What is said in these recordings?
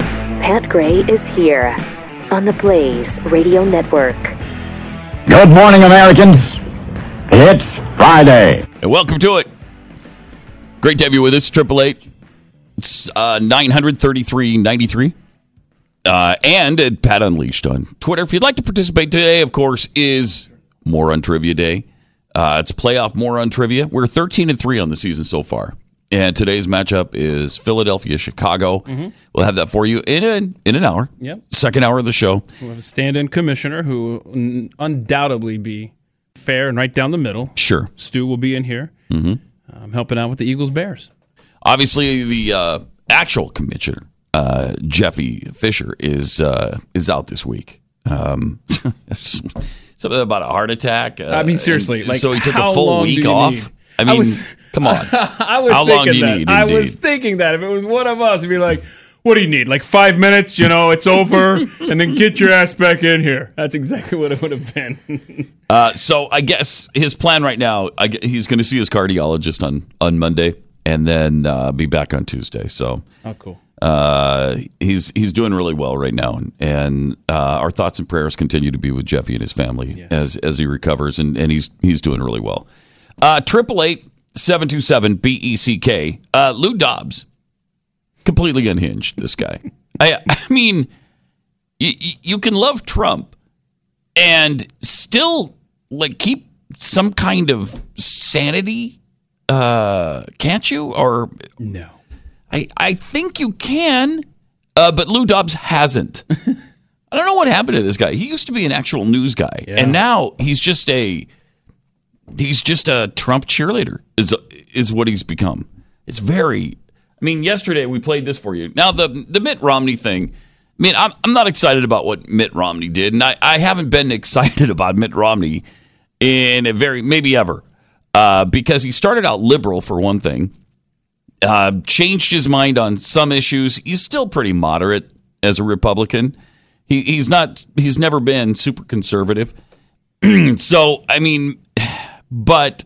David Gray is here on the Blaze Radio Network. Good morning, Americans. It's Friday. And welcome to it. Great to have you with us, Triple Eight. It's uh, 933.93. Uh, and at Pat Unleashed on Twitter. If you'd like to participate today, of course, is More on Trivia Day. Uh, it's playoff More on Trivia. We're 13 and 3 on the season so far. And today's matchup is Philadelphia, Chicago. We'll have that for you in an, in an hour. Mm-hmm. Yep. Second hour of the show. We'll have a stand-in commissioner who will n- undoubtedly be fair and right down the middle. Sure. Stu will be in here, mm-hmm. um, helping out with the Eagles Bears. Obviously, the uh, actual commissioner, uh, Jeffy Fisher, is uh, is out this week. Um, something about a heart attack. Uh, I mean, seriously, and like, so he took how a full long do week you off. need? I I mean, was- come on. I was How long thinking do you that. need, I was indeed? thinking that if it was one of us, it'd be like, "What do you need? Like five minutes? You know, it's over, and then get your ass back in here." That's exactly what it would have been. Uh, so I guess his plan right now, I gue- he's going to see his cardiologist on on Monday and then uh, be back on Tuesday. So. oh, cool. Uh, he's he's doing really well right now, and, and uh, our thoughts and prayers continue to be with Jeffy and his family as as he recovers, and, and he's he's doing really well. Uh, Triple eight seven two seven B E C K. Uh, Lou Dobbs, completely unhinged. This guy. I I mean, you, you can love Trump and still like keep some kind of sanity, uh, can't you? Or No. I, I think you can, uh, but Lou Dobbs hasn't. I don't know what happened to this guy. He used to be an actual news guy, and now he's just a he's just a Trump cheerleader. Is is what he's become. It's very. I mean, yesterday we played this for you. Now the the Mitt Romney thing. I mean, I'm I'm not excited about what Mitt Romney did, and I, I haven't been excited about Mitt Romney in a very maybe ever uh, because he started out liberal for one thing uh, changed his mind on some issues. He's still pretty moderate as a Republican. He, he's not. He's never been super conservative. so I mean, but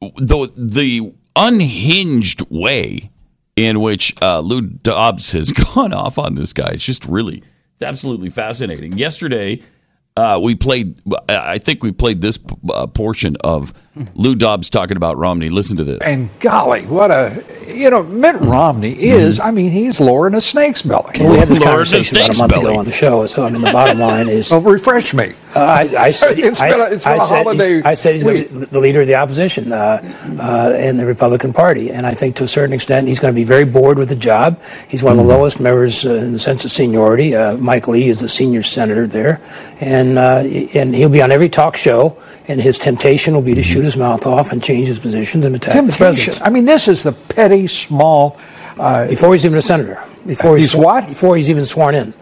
the the unhinged way in which uh, Lou Dobbs has gone off on this guy it's just really it's absolutely fascinating. Yesterday. Uh, we played. I think we played this uh, portion of Lou Dobbs talking about Romney. Listen to this. And golly, what a you know Mitt Romney is. I mean, he's lower than a snake's belly. Well, we had this Lord, conversation about thanks, a month Billy. ago on the show. So I mean, the bottom line is, uh, Well, refresh me. I, I said, It's I, been a- it's been I a said, holiday he's, I said he's going to be the leader of the opposition uh, uh, and the Republican Party, and I think to a certain extent he's going to be very bored with the job. He's one Mm-hmm. of the lowest members uh, in the sense of seniority. Uh, Mike Lee is the senior senator there, and uh, and he'll be on every talk show. And his temptation will be to shoot his mouth off and change his positions and attack the Mm-hmm. Temptation. president. I mean, this is the petty, small. uh, before he's even a senator. Before He's what? Before he's even sworn in.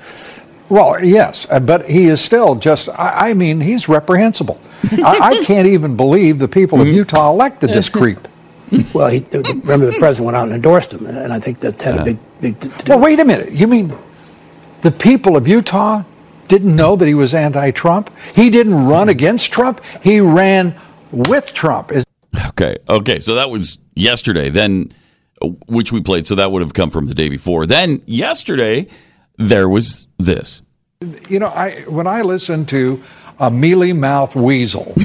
Well, yes, uh, but he is still just. I, I mean, he's reprehensible. I, I can't even believe the people of Utah elected this creep. Well, he, remember the president went out and endorsed him, and I think that's had a big, big. To do. Well, wait a minute. You mean the people of Utah didn't know that he was anti-Trump? He didn't Mm-hmm. run against Trump. He ran with Trump. Is Okay. Okay. So that was yesterday. Then, which we played. So that would have come from the day before. Then yesterday, there was this. You know, I when I listen to a mealy mouth weasel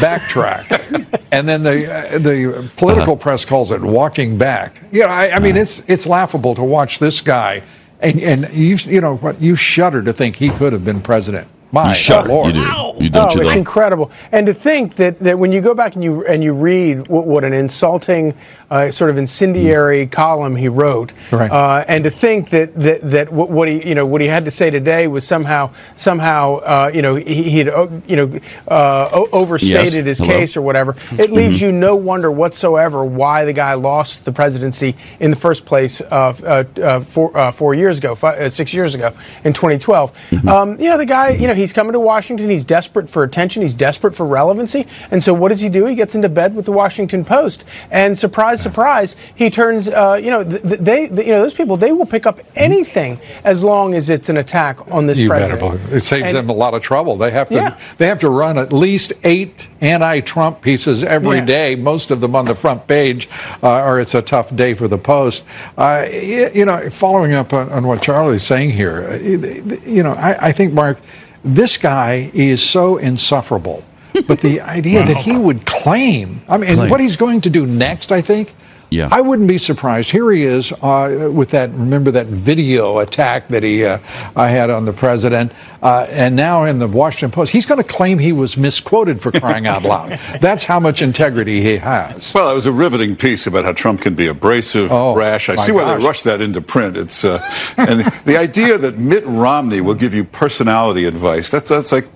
backtrack, and then the uh, the political Uh-huh. press calls it walking back. You know, I, I mean, it's it's laughable to watch this guy, and and you you know what you shudder to think he could have been president. My You shudder. lord, You do. You don't. Oh, you it's though? incredible. And to think that, that when you go back and you and you read what, what an insulting, uh, sort of Mm. incendiary column he wrote, Right. uh, and to think that that, that what, what he you know what he had to say today was somehow somehow uh, you know he he had uh, you know uh, o- overstated Yes. his Hello. case or whatever. It Mm-hmm. leaves you no wonder whatsoever why the guy lost the presidency in the first place uh, uh, uh, four, uh, four years ago, five, uh, six years ago in 2012. Mm-hmm. Um, you know, the guy, you know, he's coming to Washington. He's desperate for attention. He's desperate for relevancy. And so what does he do? He gets into bed with the Washington Post. And surprise, he turns. Uh, you know, th- th- they, th- you know, those people they will pick up anything as long as it's an attack on this You better president. believe it. It saves And- them a lot of trouble. They have to Yeah. they have to run at least eight anti-Trump pieces every Yeah. day. Most of them on the front page, uh, or it's a tough day for the Post. Uh, y- you know, following up on, on what Charlie's saying here, uh, you know, I, I think Mark, this guy is so insufferable. But the idea that he would claim, I mean, and Claim. what he's going to do next, I think. Yeah. I wouldn't be surprised. Here he is uh, with that. Remember that video attack that he uh, I had on the president, uh, and now in the Washington Post, he's going to claim he was misquoted for crying out loud. That's how much integrity he has. Well, it was a riveting piece about how Trump can be abrasive, Oh, brash. I my see why gosh. they rushed that into print. It's uh, and the idea that Mitt Romney will give you personality advice. That's that's like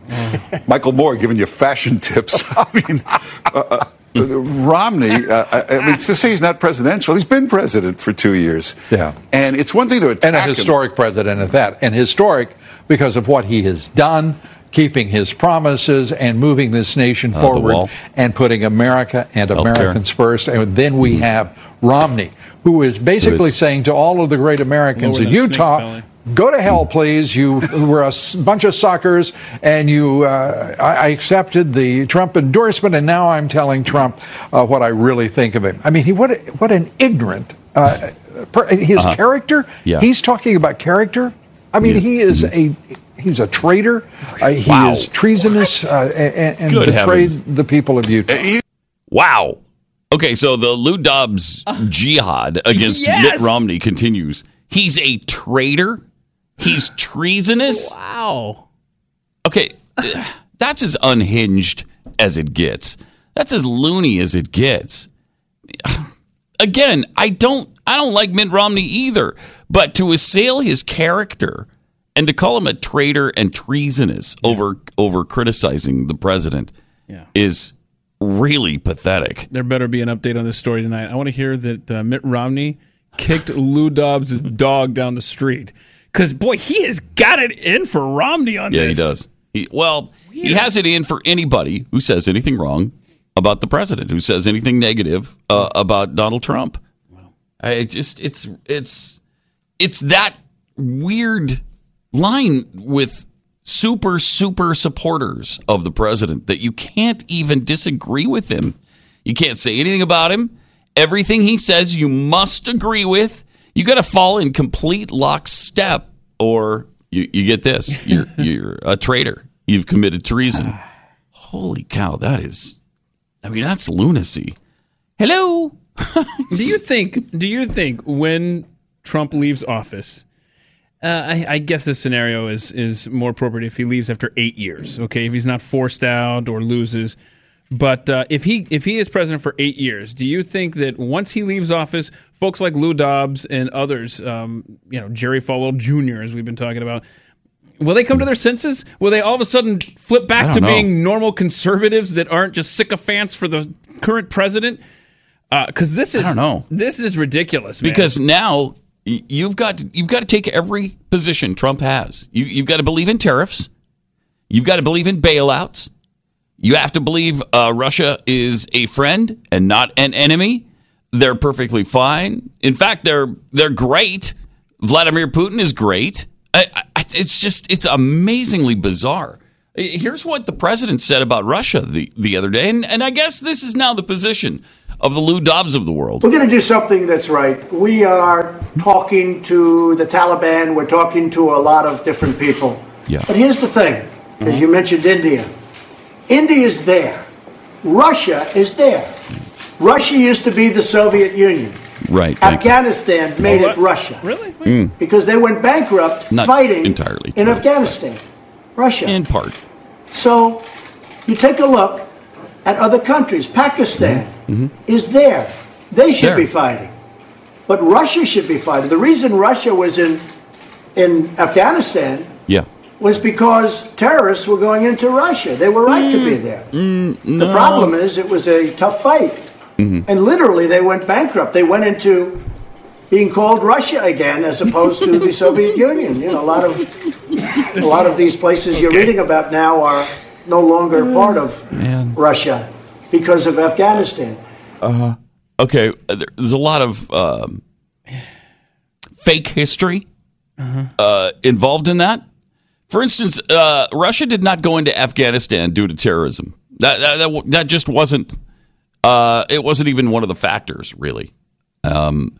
Michael Moore giving you fashion tips. I mean. Uh, uh, Romney, uh, I I mean, to say he's not presidential, he's been president for two years. Yeah. and it's one thing to attack and a him. historic president at that, and historic because of what he has done, keeping his promises and moving this nation the forward wall. and putting America and Healthcare. Mm-hmm. Americans first. And then we have Romney, who is basically Who is- saying to all of the great Americans Lower in than a snake's Utah. belly. Go to hell, please. You were a s- bunch of suckers, and you. Uh, I, I accepted the Trump endorsement, and now I'm telling Trump uh, what I really think of him. I mean, he what? a- What an ignorant. Uh, per, his character. Uh-huh. Yeah. He's talking about character. I mean, he is a. He's a traitor. Uh, he Wow. is treasonous uh, and, and Good betrayed heavens. the people of Utah. Uh, Wow. Okay, so the Lou Dobbs jihad against Mitt yes. Romney continues. He's a traitor. He's treasonous. Wow. Okay, th- that's as unhinged as it gets. That's as loony as it gets. Again, I don't I don't like Mitt Romney either, but to assail his character and to call him a traitor and treasonous over over criticizing the president is really pathetic. There better be an update on this story tonight. I want to hear that uh, Mitt Romney kicked Lou Dobbs' dog down the street. Because, boy, he has got it in for Romney on Yeah, this. he does. He, well, he has it in for anybody who says anything wrong about the president, who says anything negative uh, about Donald Trump. I it just it's it's it's that weird line with super super supporters of the president that you can't even disagree with him. You can't say anything about him. Everything he says you must agree with. You got to fall in complete lockstep or you, you get this. You're you're a traitor. You've committed treason. Holy cow, that is I mean that's lunacy. Hello. Do you think? Do you think when Trump leaves office, uh, I, I guess this scenario is is more appropriate if he leaves after eight years. Okay, if he's not forced out or loses, but uh, if he if he is president for eight years, do you think that once he leaves office, folks like Lou Dobbs and others, um, you know Jerry Falwell Jr. as we've been talking about. Will they come to their senses? Will they all of a sudden flip back don't to know. being normal conservatives that aren't just sycophants for the current president? Because Uh, this is don't know. this is ridiculous man. because now y- you've got to, you've got to take every position Trump has. You, you've got to believe in tariffs. You've got to believe in bailouts. You have to believe uh, Russia is a friend and not an enemy. They're perfectly fine. In fact, they're they're great. Vladimir Putin is great. I, I, it's just it's amazingly bizarre. Here's what the president said about Russia the, the other day, and, and I guess this is now the position of the Lou Dobbs of the world. We're going to do something that's right. We are talking to the Taliban. We're talking to a lot of different people. Yeah. Mm-hmm. But here's the thing, as you mentioned India. India's there. Russia is there. Russia used to be the Soviet Union. Right. thank you. Mm, Afghanistan made it Russia. Really? Because they went bankrupt Not fighting entirely in true. Afghanistan. Russia. In part. So you take a look at other countries. Pakistan Mm-hmm. is there. They should there. be fighting. But Russia should be fighting. The reason Russia was in in Afghanistan Yeah. was because terrorists were going into Russia. They were right to be there. Mm, The problem is it was a tough fight. Mm-hmm. And literally they went bankrupt. They went into being called Russia again as opposed to the Soviet Union. You know, a lot of a lot of these places you're reading about now are no longer part of Russia because of Afghanistan. Uh-huh. okay, uh, there- there's a lot of um, fake history uh, involved in that. For instance, uh, Russia did not go into Afghanistan due to terrorism. That that, that, w- that just wasn't. Uh, it wasn't even one of the factors, really. Um,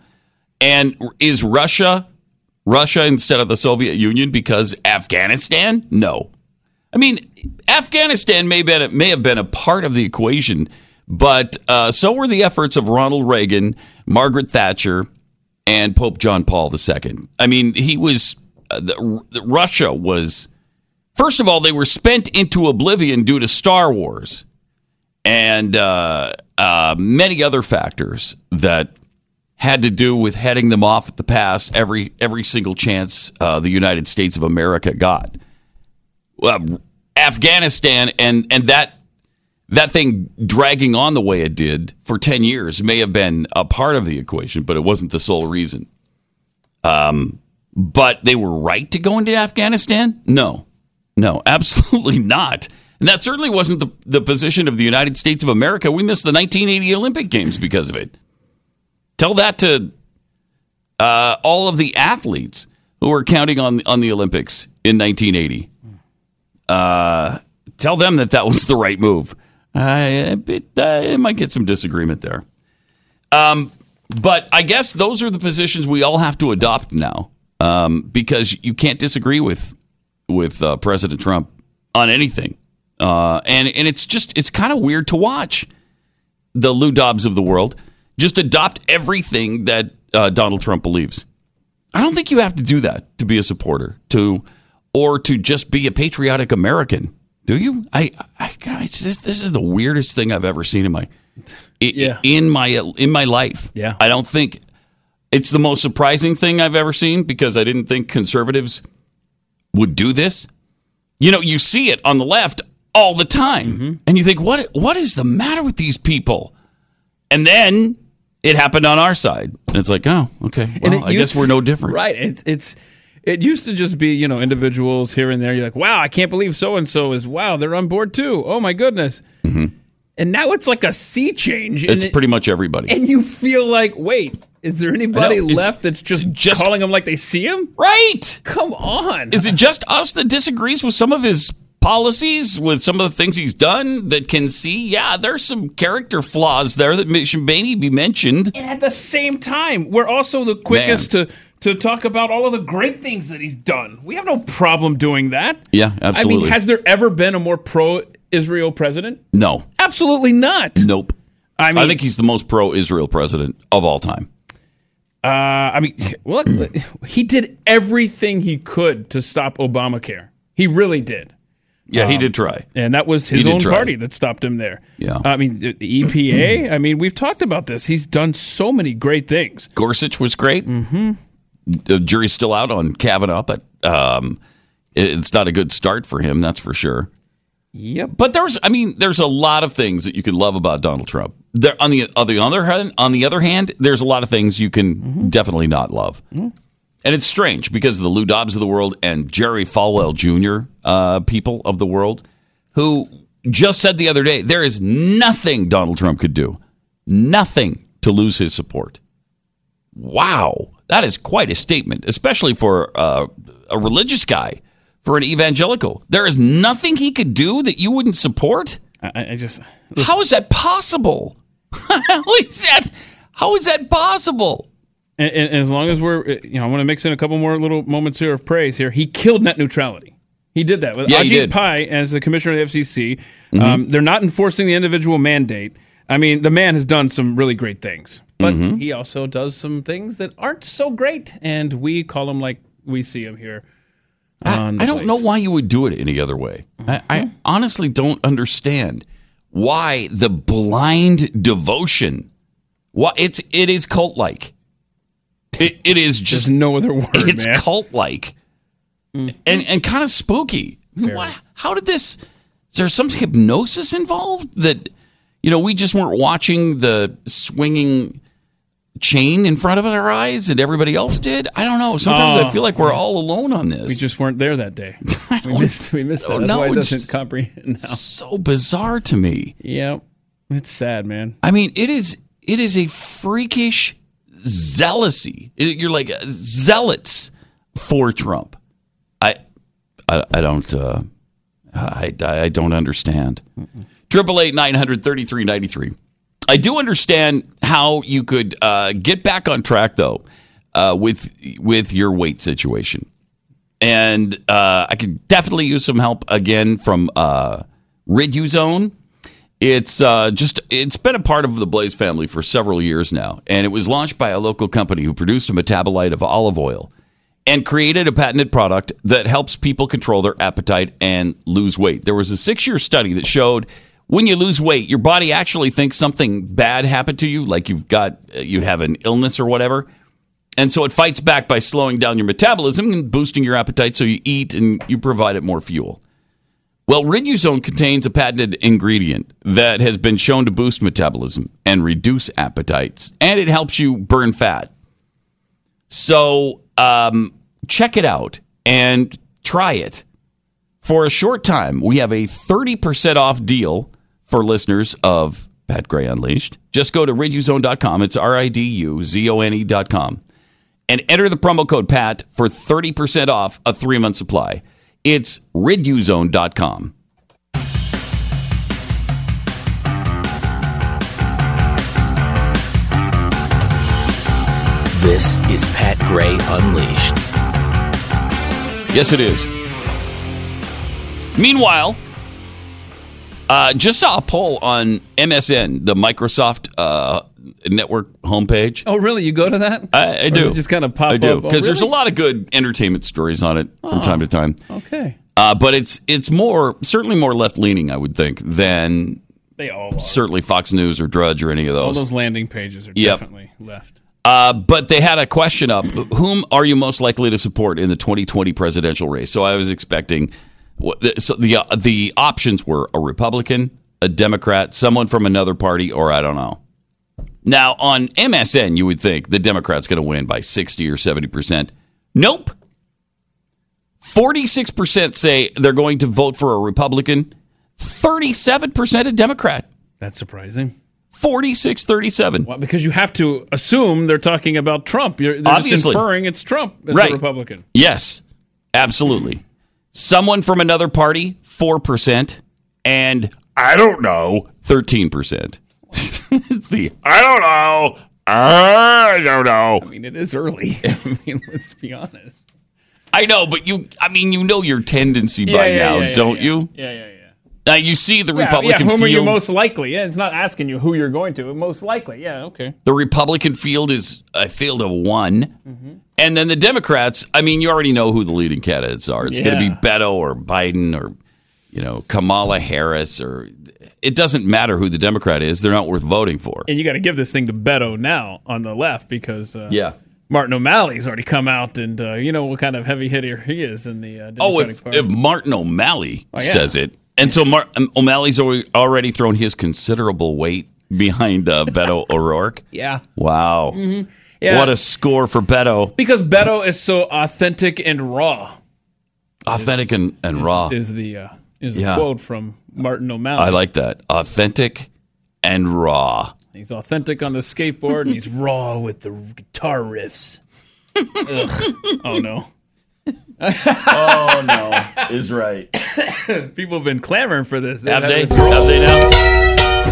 and is Russia Russia instead of the Soviet Union because Afghanistan? No. I mean, Afghanistan may, been, may have been a part of the equation, but uh, so were the efforts of Ronald Reagan, Margaret Thatcher, and Pope John Paul II. I mean, he was, uh, the, the- Russia was, first of all, they were spent into oblivion due to Star Wars and uh, uh, many other factors that had to do with heading them off at the pass every every single chance uh, the United States of America got. Well, Afghanistan and and that that thing dragging on the way it did for ten years may have been a part of the equation, but it wasn't the sole reason. Um, but they were right to go into Afghanistan. No, no, absolutely not. And that certainly wasn't the, the position of the United States of America. We missed the 1980 Olympic Games because of it. Tell that to uh, all of the athletes who were counting on on the Olympics in 1980. Uh, tell them that that was the right move. I it, uh, it might get some disagreement there. Um, but I guess those are the positions we all have to adopt now, um, because you can't disagree with with uh, President Trump on anything, uh, and and it's just it's kind of weird to watch the Lou Dobbs of the world just adopt everything that uh, Donald Trump believes. I don't think you have to do that to be a supporter to or to just be a patriotic American. Do you? I, I guys, this, this is the weirdest thing I've ever seen in my i- in my in my life. Yeah. I don't think it's the most surprising thing I've ever seen because I didn't think conservatives would do this. You know, you see it on the left all the time, Mm-hmm. and you think, what what is the matter with these people? And then it happened on our side, and it's like, oh, okay, well, And it I guess used- we're no different. Right. It's it's it used to just be, you know, individuals here and there. You're like, wow, I can't believe so and so is wow, they're on board too. Oh my goodness. And now it's like a sea change. and Mm-hmm. It's it- pretty much everybody. and you feel like, wait, is there anybody know, is- left that's just, just calling him like they see him? Right. Come on. Is it just us that disagrees with some of his policies, with some of the things he's done that can see? Yeah, there's some character flaws there that may- should maybe be mentioned. and at the same time, we're also the quickest to to talk about all of the great things that he's done. We have no problem doing that. Yeah, I absolutely. mean, has there ever been a more pro Israel president? No, Absolutely not. nope. I mean, I think he's the most pro Israel president of all time. uh, I mean, well, he did everything he could to stop Obamacare. He really did. Um, Yeah, he did try. And that was He his did own try. party that stopped him there. Yeah. I mean, the the EPA, I mean, we've talked about this. He's done so many great things. Gorsuch was great. Mm-hmm. The jury's still out on Kavanaugh, but um, it- it's not a good start for him, that's for sure. Yep. But there's, I mean, there's a lot of things that you could love about Donald Trump. There, on the on the other hand, on the other hand, there's a lot of things you can definitely not love. And it's strange because of the Lou Dobbs of the world and Jerry Falwell Jr. Uh, people of the world who just said the other day there is nothing Donald Trump could do, nothing to lose his support. Wow, that is quite a statement, especially for uh, a religious guy, for an evangelical. There is nothing he could do that you wouldn't support. I, I just, How is that possible? how is that? How is that possible? and, and as long as we're, uh, you know, I want to mix in a couple more little moments here of praise here. He killed net neutrality. He did that with Yeah, he Ajit did. Mm-hmm. Pai as the commissioner of the FCC. Um, they're not enforcing the individual mandate. I mean, the man has done some really great things, but Mm-hmm. he also does some things that aren't so great. And we call him like we see him here. I, on I don't the place. Mm-hmm. know why you would do it any other way. I, I honestly don't understand why the blind devotion. Why it's it is cult like. It, it is just There's no other word, it's man. Mm-hmm. cult like, and and kind of spooky. What, how did this? Is there some hypnosis involved that you know we just weren't watching the swinging chain in front of our eyes and everybody else did? I don't know. Sometimes I Oh. feel like we're all alone on this. Oh, we just weren't there that day. we missed. We missed that. don't That's why know. it doesn't Just- comprehend. Now. so bizarre to me. Yep. It's sad, man. I mean, it is It is a freakish zealousy. It- You're like uh, zealots for Trump. I, I, I don't, uh, I, I I don't understand. Triple eight nine hundred thirty three ninety three. I do understand how you could uh, get back on track though uh, with with your weight situation and uh, I could definitely use some help again from uh, Riduzone. It's uh, just it's been a part of the Blaze family for several years now, and it was launched by a local company who produced a metabolite of olive oil and created a patented product that helps people control their appetite and lose weight. There was a six-year study that showed when you lose weight, your body actually thinks something bad happened to you, like you've got uh, you have an illness or whatever. And so it fights back by slowing down your metabolism and boosting your appetite so you eat and you provide it more fuel. Well, Riduzone contains a patented ingredient that has been shown to boost metabolism and reduce appetites, and it helps you burn fat. So um, check it out and try it for a short time. We have a 30% off deal for listeners of Pat Gray Unleashed. Just go to riduzone.com. It's R I D U Z O N E.com and enter the promo code PAT for 30% off a three month supply. It's riduzone.com. This is Pat Gray Unleashed. Yes, it is. Meanwhile, uh, just saw a poll on MSN, the Microsoft uh, network homepage. Oh, really? You go to that? I, I do. Or does it just kind of pop I do up? Oh, because there's a really? Oh, lot of good entertainment stories on it from time to time. Okay. Uh, but it's it's more certainly more left leaning, I would think, than They all are. certainly Fox News or Drudge or any of All those. those landing pages are Yep. definitely left. Uh, but they had a question up: Whom are you most likely to support in the 2020 presidential race? So I was expecting. what- the- So the uh, the options were a Republican, a Democrat, someone from another party, or I don't know. Now on MSN, you would think the Democrats going to win by 60 or 70 percent. Nope. 46 percent say they're going to vote for a Republican. 37 percent a Democrat. That's surprising. 46, 37. Well, because you have to assume they're talking about Trump. You're, they're just Obviously. inferring it's Trump as Right. a Republican. Yes, absolutely. Someone from another party, 4%, and I don't know, 13%. it's the I don't know. I don't I know. mean, it is early. I mean, let's be honest. I know, but you, I mean, you know your tendency by now, don't you? Yeah, yeah, yeah. Now you see the Yeah, Republican whom are field. you most likely? Yeah, it's not asking you who you're going to. Most likely, yeah, okay. the Republican field is a field of one. Mm-hmm. And then the Democrats, I mean, you already know who the leading candidates are. It's going to Yeah. be Beto or Biden or, you know, Kamala Harris or it doesn't matter who the Democrat is. They're not worth voting for. And you got to give this thing to Beto now on the left because uh, Yeah. Martin O'Malley's already come out, and uh, you know what kind of heavy hitter he is in the uh, Democratic Oh, if, Party. Oh, if Martin O'Malley yeah. says it. And so Mar- um, O'Malley's al- already thrown his considerable weight behind uh, Beto O'Rourke. yeah, Mm-hmm. Wow. yeah. Oh. What a score for Beto. because Beto is so authentic and raw. Authentic and, and raw. is the uh, is the Yeah. quote from Martin O'Malley. I like that. Authentic and raw. He's authentic on the skateboard and he's raw with the guitar riffs. Ugh. Oh no. Oh no, is right. People have been clamoring for this. Have they? Have they now?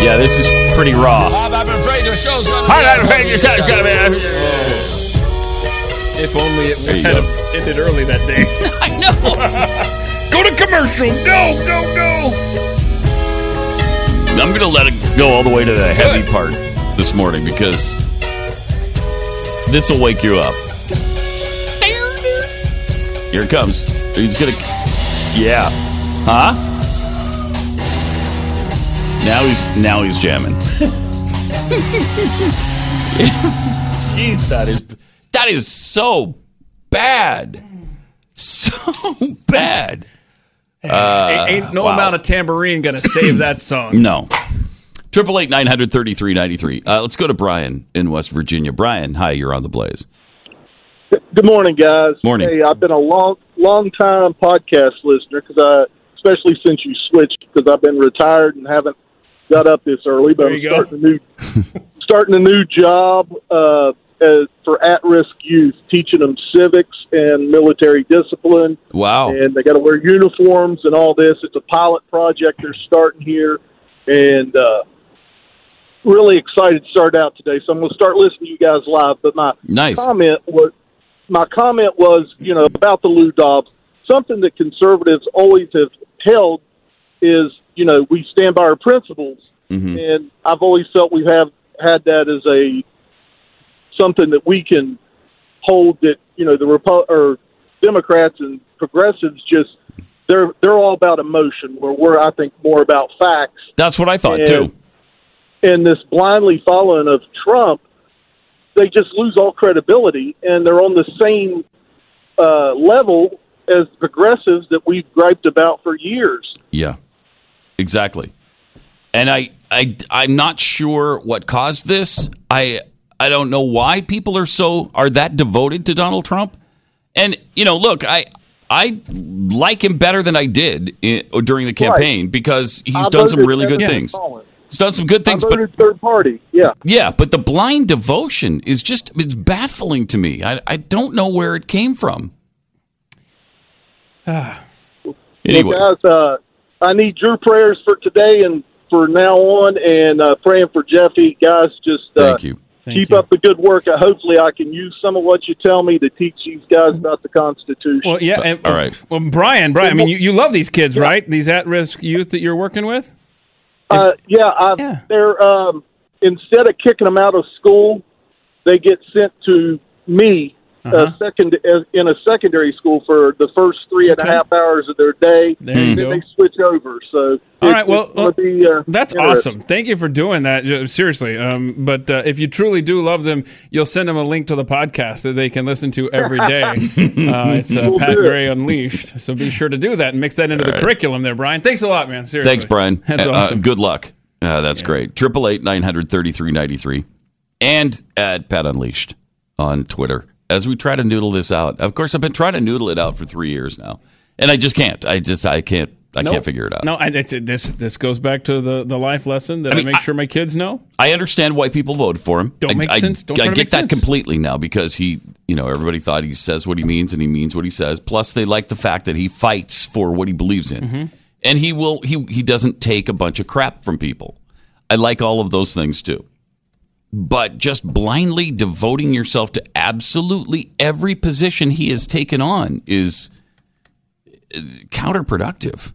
Yeah, this is pretty raw. I've been afraid your show's gonna If only There you it go. ended early that day. I'm gonna let it go all the way to the heavy part this morning because this will wake you up. Here it comes. He's gonna. Yeah. Huh? Now he's now he's jamming. Jeez, that is that is so bad. So bad. Ain't no Uh, wow. amount of tambourine gonna save that song. No. Triple eight nine hundred thirty three ninety three. Let's go to Brian in West Virginia. Brian, hi. You're on the Blaze. Good morning, guys. Morning. Hey, I've been a long, long time podcast listener because I, especially since you switched, because I've been retired and haven't got up this early, but There I'm you go. starting a new starting a new job uh, as, for at-risk youth, teaching them civics and military discipline. Wow. And they got to wear uniforms and all this. It's a pilot project they're starting here, and uh, really excited to start out today. So I'm going to start listening to you guys live. But my Nice. comment was my comment was you know about the Lou Dobbs. Something that conservatives always have held is you know we stand by our principles, Mm-hmm. Mhm. and I've always felt we have had that as a something that we can hold that you know the Repu- or Democrats and progressives just they're they're all about emotion where we're I think more about facts That's what I thought and, too. And this blindly following of Trump, they just lose all credibility, and they're on the same uh, level as progressives that we've griped about for years. Yeah, exactly. And I, I, I'm not sure what caused this. I, I don't know why people are so are that devoted to Donald Trump. And you know, look, I, I like him better than I did in, during the campaign because he's I done some voted really good Kevin things. Collins. He's done some good things, I but voted third party. Yeah, yeah, but the blind devotion is just it's baffling to me. I, I don't know where it came from. Anyway. Well, guys, uh, I need your prayers for today and for now on, and uh, praying for Jeffy. Guys, just uh, Thank you. keep up the good work. Uh, hopefully, I can use some of what you tell me to teach these guys about the Constitution. Well, yeah. and- all right. Well, Brian, Brian, I mean, you, you love these kids, right? These at-risk youth that you're working with. Uh, yeah, I, they're um, instead of kicking them out of school, they get sent to me uh Uh-huh. second as- in a secondary school for the first three and a Okay. half hours of their day. There you then go. they switch over. So All it's- right, well, it's gonna be, uh, That's interesting. awesome. Thank you for doing that. uh, Seriously. Um, but uh, if you truly do love them, you'll send them a link to the podcast that they can listen to every day. uh, it's uh, We'll Pat do it. Gray Unleashed. So be sure to do that and mix that into the right. curriculum there, Brian. Thanks a lot, man. Seriously. Thanks, Brian. That's Uh, uh, awesome. good luck. Uh, that's great. Triple eight nine hundred thirty three ninety three, and at Pat Unleashed on Twitter. As we try to noodle this out, of course, I've been trying to noodle it out for three years now, and I just can't. I just I can't. I No. can't figure it out. No, I, it's, it- this this goes back to the, the life lesson that I, make sure my kids know. I understand why people voted for him. Don't I, make I- sense. Don't I try to get make that sense. completely now because he, you know, everybody thought he says what he means and he means what he says. Plus, they like the fact that he fights for what he believes in, Mm-hmm. and he will. He he doesn't take a bunch of crap from people. I like all of those things too, but just blindly devoting yourself to absolutely every position he has taken on is uh, counterproductive.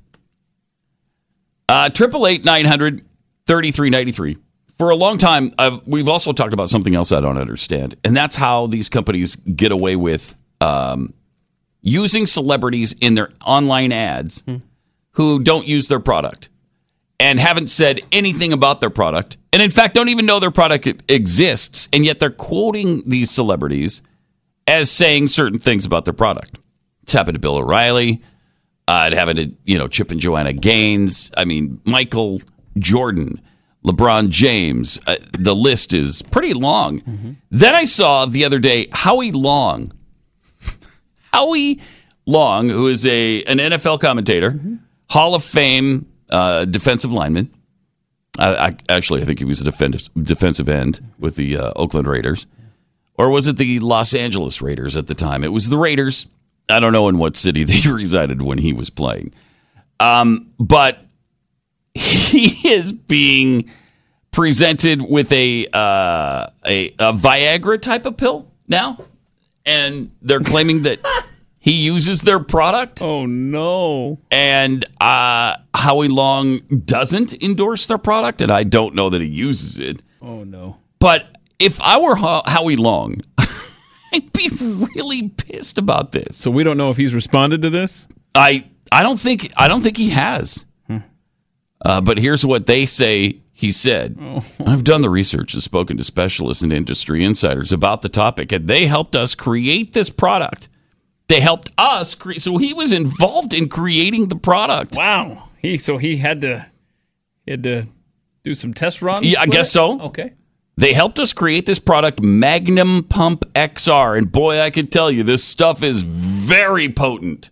Uh, Triple eight nine hundred thirty three ninety three. For a long time, I've, we've also talked about something else I don't understand, and that's how these companies get away with um, using celebrities in their online ads who don't use their product and haven't said anything about their product, and in fact don't even know their product exists, and yet they're quoting these celebrities as saying certain things about their product. It's happened to Bill O'Reilly. Uh, it happened to you know Chip and Joanna Gaines. I mean Michael Jordan, LeBron James. Uh, the list is pretty long. Then I saw the other day Howie Long. Howie Long, who is a an NFL commentator, Hall of Fame uh, defensive lineman. I, I, actually, I think he was a defensive defensive end with the uh, Oakland Raiders, or was it the Los Angeles Raiders at the time? It was the Raiders. I don't know in what city they resided when he was playing, um, but he is being presented with a uh, a, a Viagra type of pill now, and they're claiming that he uses their product. Oh no! And uh, Howie Long doesn't endorse their product, and I don't know that he uses it. Oh no! But if I were Ho- Howie Long, I'd be really pissed about this. So we don't know if he's responded to this. Hmm. I I don't think I don't think he has. Uh, but here's what they say he said. Oh. I've done the research and spoken to specialists and industry insiders about the topic, and they helped us create this product. They helped us create. So he was involved in creating the product. Wow. He so he had to he had to do some test runs. Yeah, I with guess it? so. Okay. They helped us create this product, Magnum Pump XR. And boy, I can tell you, this stuff is very potent.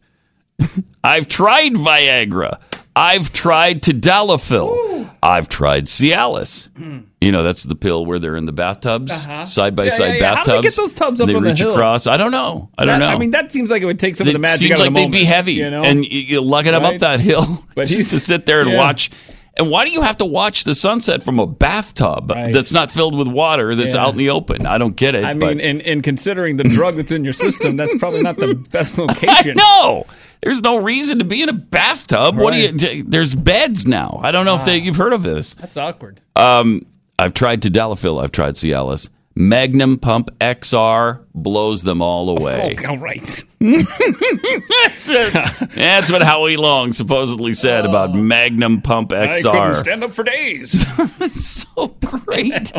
I've tried Viagra. I've tried Tadalafil. I've tried Cialis. You know, that's the pill where they're in the bathtubs, Hmm. Uh-huh. side by Yeah, side yeah, yeah. How do bathtubs. they get those tubs up They on the reach hill? across. I don't know. I don't That- know. I mean, that seems like it would take some of it the magic seems out of like the they'd moment, be heavy, you know? and you, you lugging them Right? up that hill. But just to sit there and yeah. watch. And why do you have to watch the sunset from a bathtub that's not filled with water that's Yeah. out in the open? I don't get it. I but- mean, and, and considering the drug that's in your system, that's probably not the best location. No, there's no reason to be in a bathtub. What do you? Right. Ah. d- There's beds now. I don't know if they, you've heard of this. That's awkward. Um, I've tried Tadalafil. I've tried Cialis. Magnum Pump XR blows them all away. Oh, all right. That's it. That's what Howie Long supposedly said about Magnum Pump Oh. I couldn't XR. stand up for days. so great.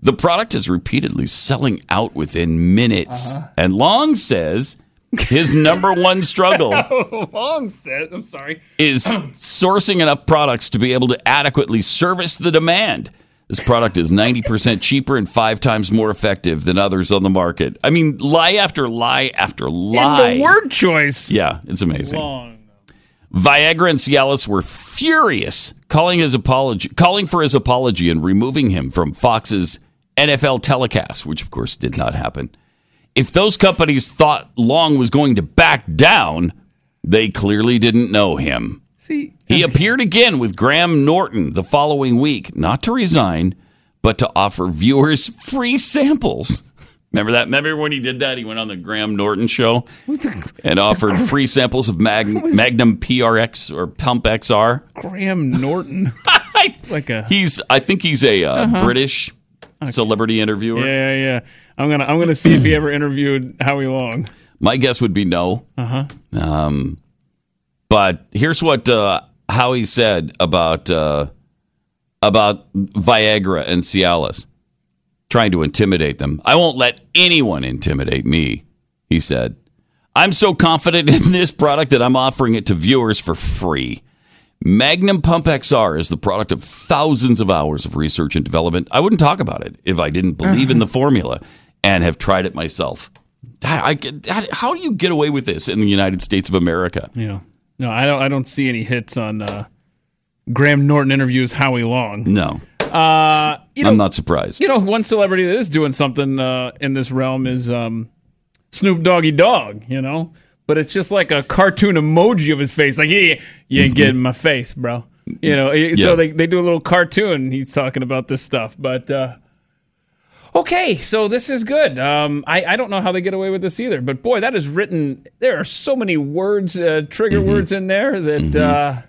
The product is repeatedly selling out within minutes. And Long says his number one struggle Oh, Long said, I'm sorry. is sourcing enough products to be able to adequately service the demand. This product is 90% cheaper and five times more effective than others on the market. I mean, lie after lie after lie. And the word choice. Yeah, it's amazing. Viagra and Cialis were furious, calling his apology, calling for his apology, and removing him from Fox's NFL telecast, which of course did not happen. If those companies thought Long was going to back down, they clearly didn't know him. See, He appeared again with Graham Norton the following week, not to resign, but to offer viewers free samples. Remember that? Remember when he did that? He went on the Graham Norton show and offered free samples of Mag- Magnum PRX or Pump XR. Graham Norton. like a He's, I think he's a uh, Uh-huh. British celebrity interviewer. yeah, yeah. I'm gonna I'm gonna see if he ever interviewed Howie Long. My guess would be no. Uh huh. Um, but here's what uh, Howie said about uh, about Viagra and Cialis, trying to intimidate them. I won't let anyone intimidate me, he said. I'm so confident in this product that I'm offering it to viewers for free. Magnum Pump XR is the product of thousands of hours of research and development. I wouldn't talk about it if I didn't believe in the formula and have tried it myself. I, I get- how- how do you get away with this in the United States of America? Yeah. No, I don't I don't see any hits on uh, Graham Norton interviews Howie Long. No, Uh, you know, I'm not surprised. You know, one celebrity that is doing something uh, in this realm is um, Snoop Doggy Dogg. You know, but it's just like a cartoon emoji of his face. Like, yeah, you ain't getting my face, bro. You know, eh, Yeah. so they they do a little cartoon. He's talking about this stuff, but. Uh, Okay, so this is good. Um, I, I don't know how they get away with this either, but boy, that is written. There are so many words, uh, trigger words in there that uh,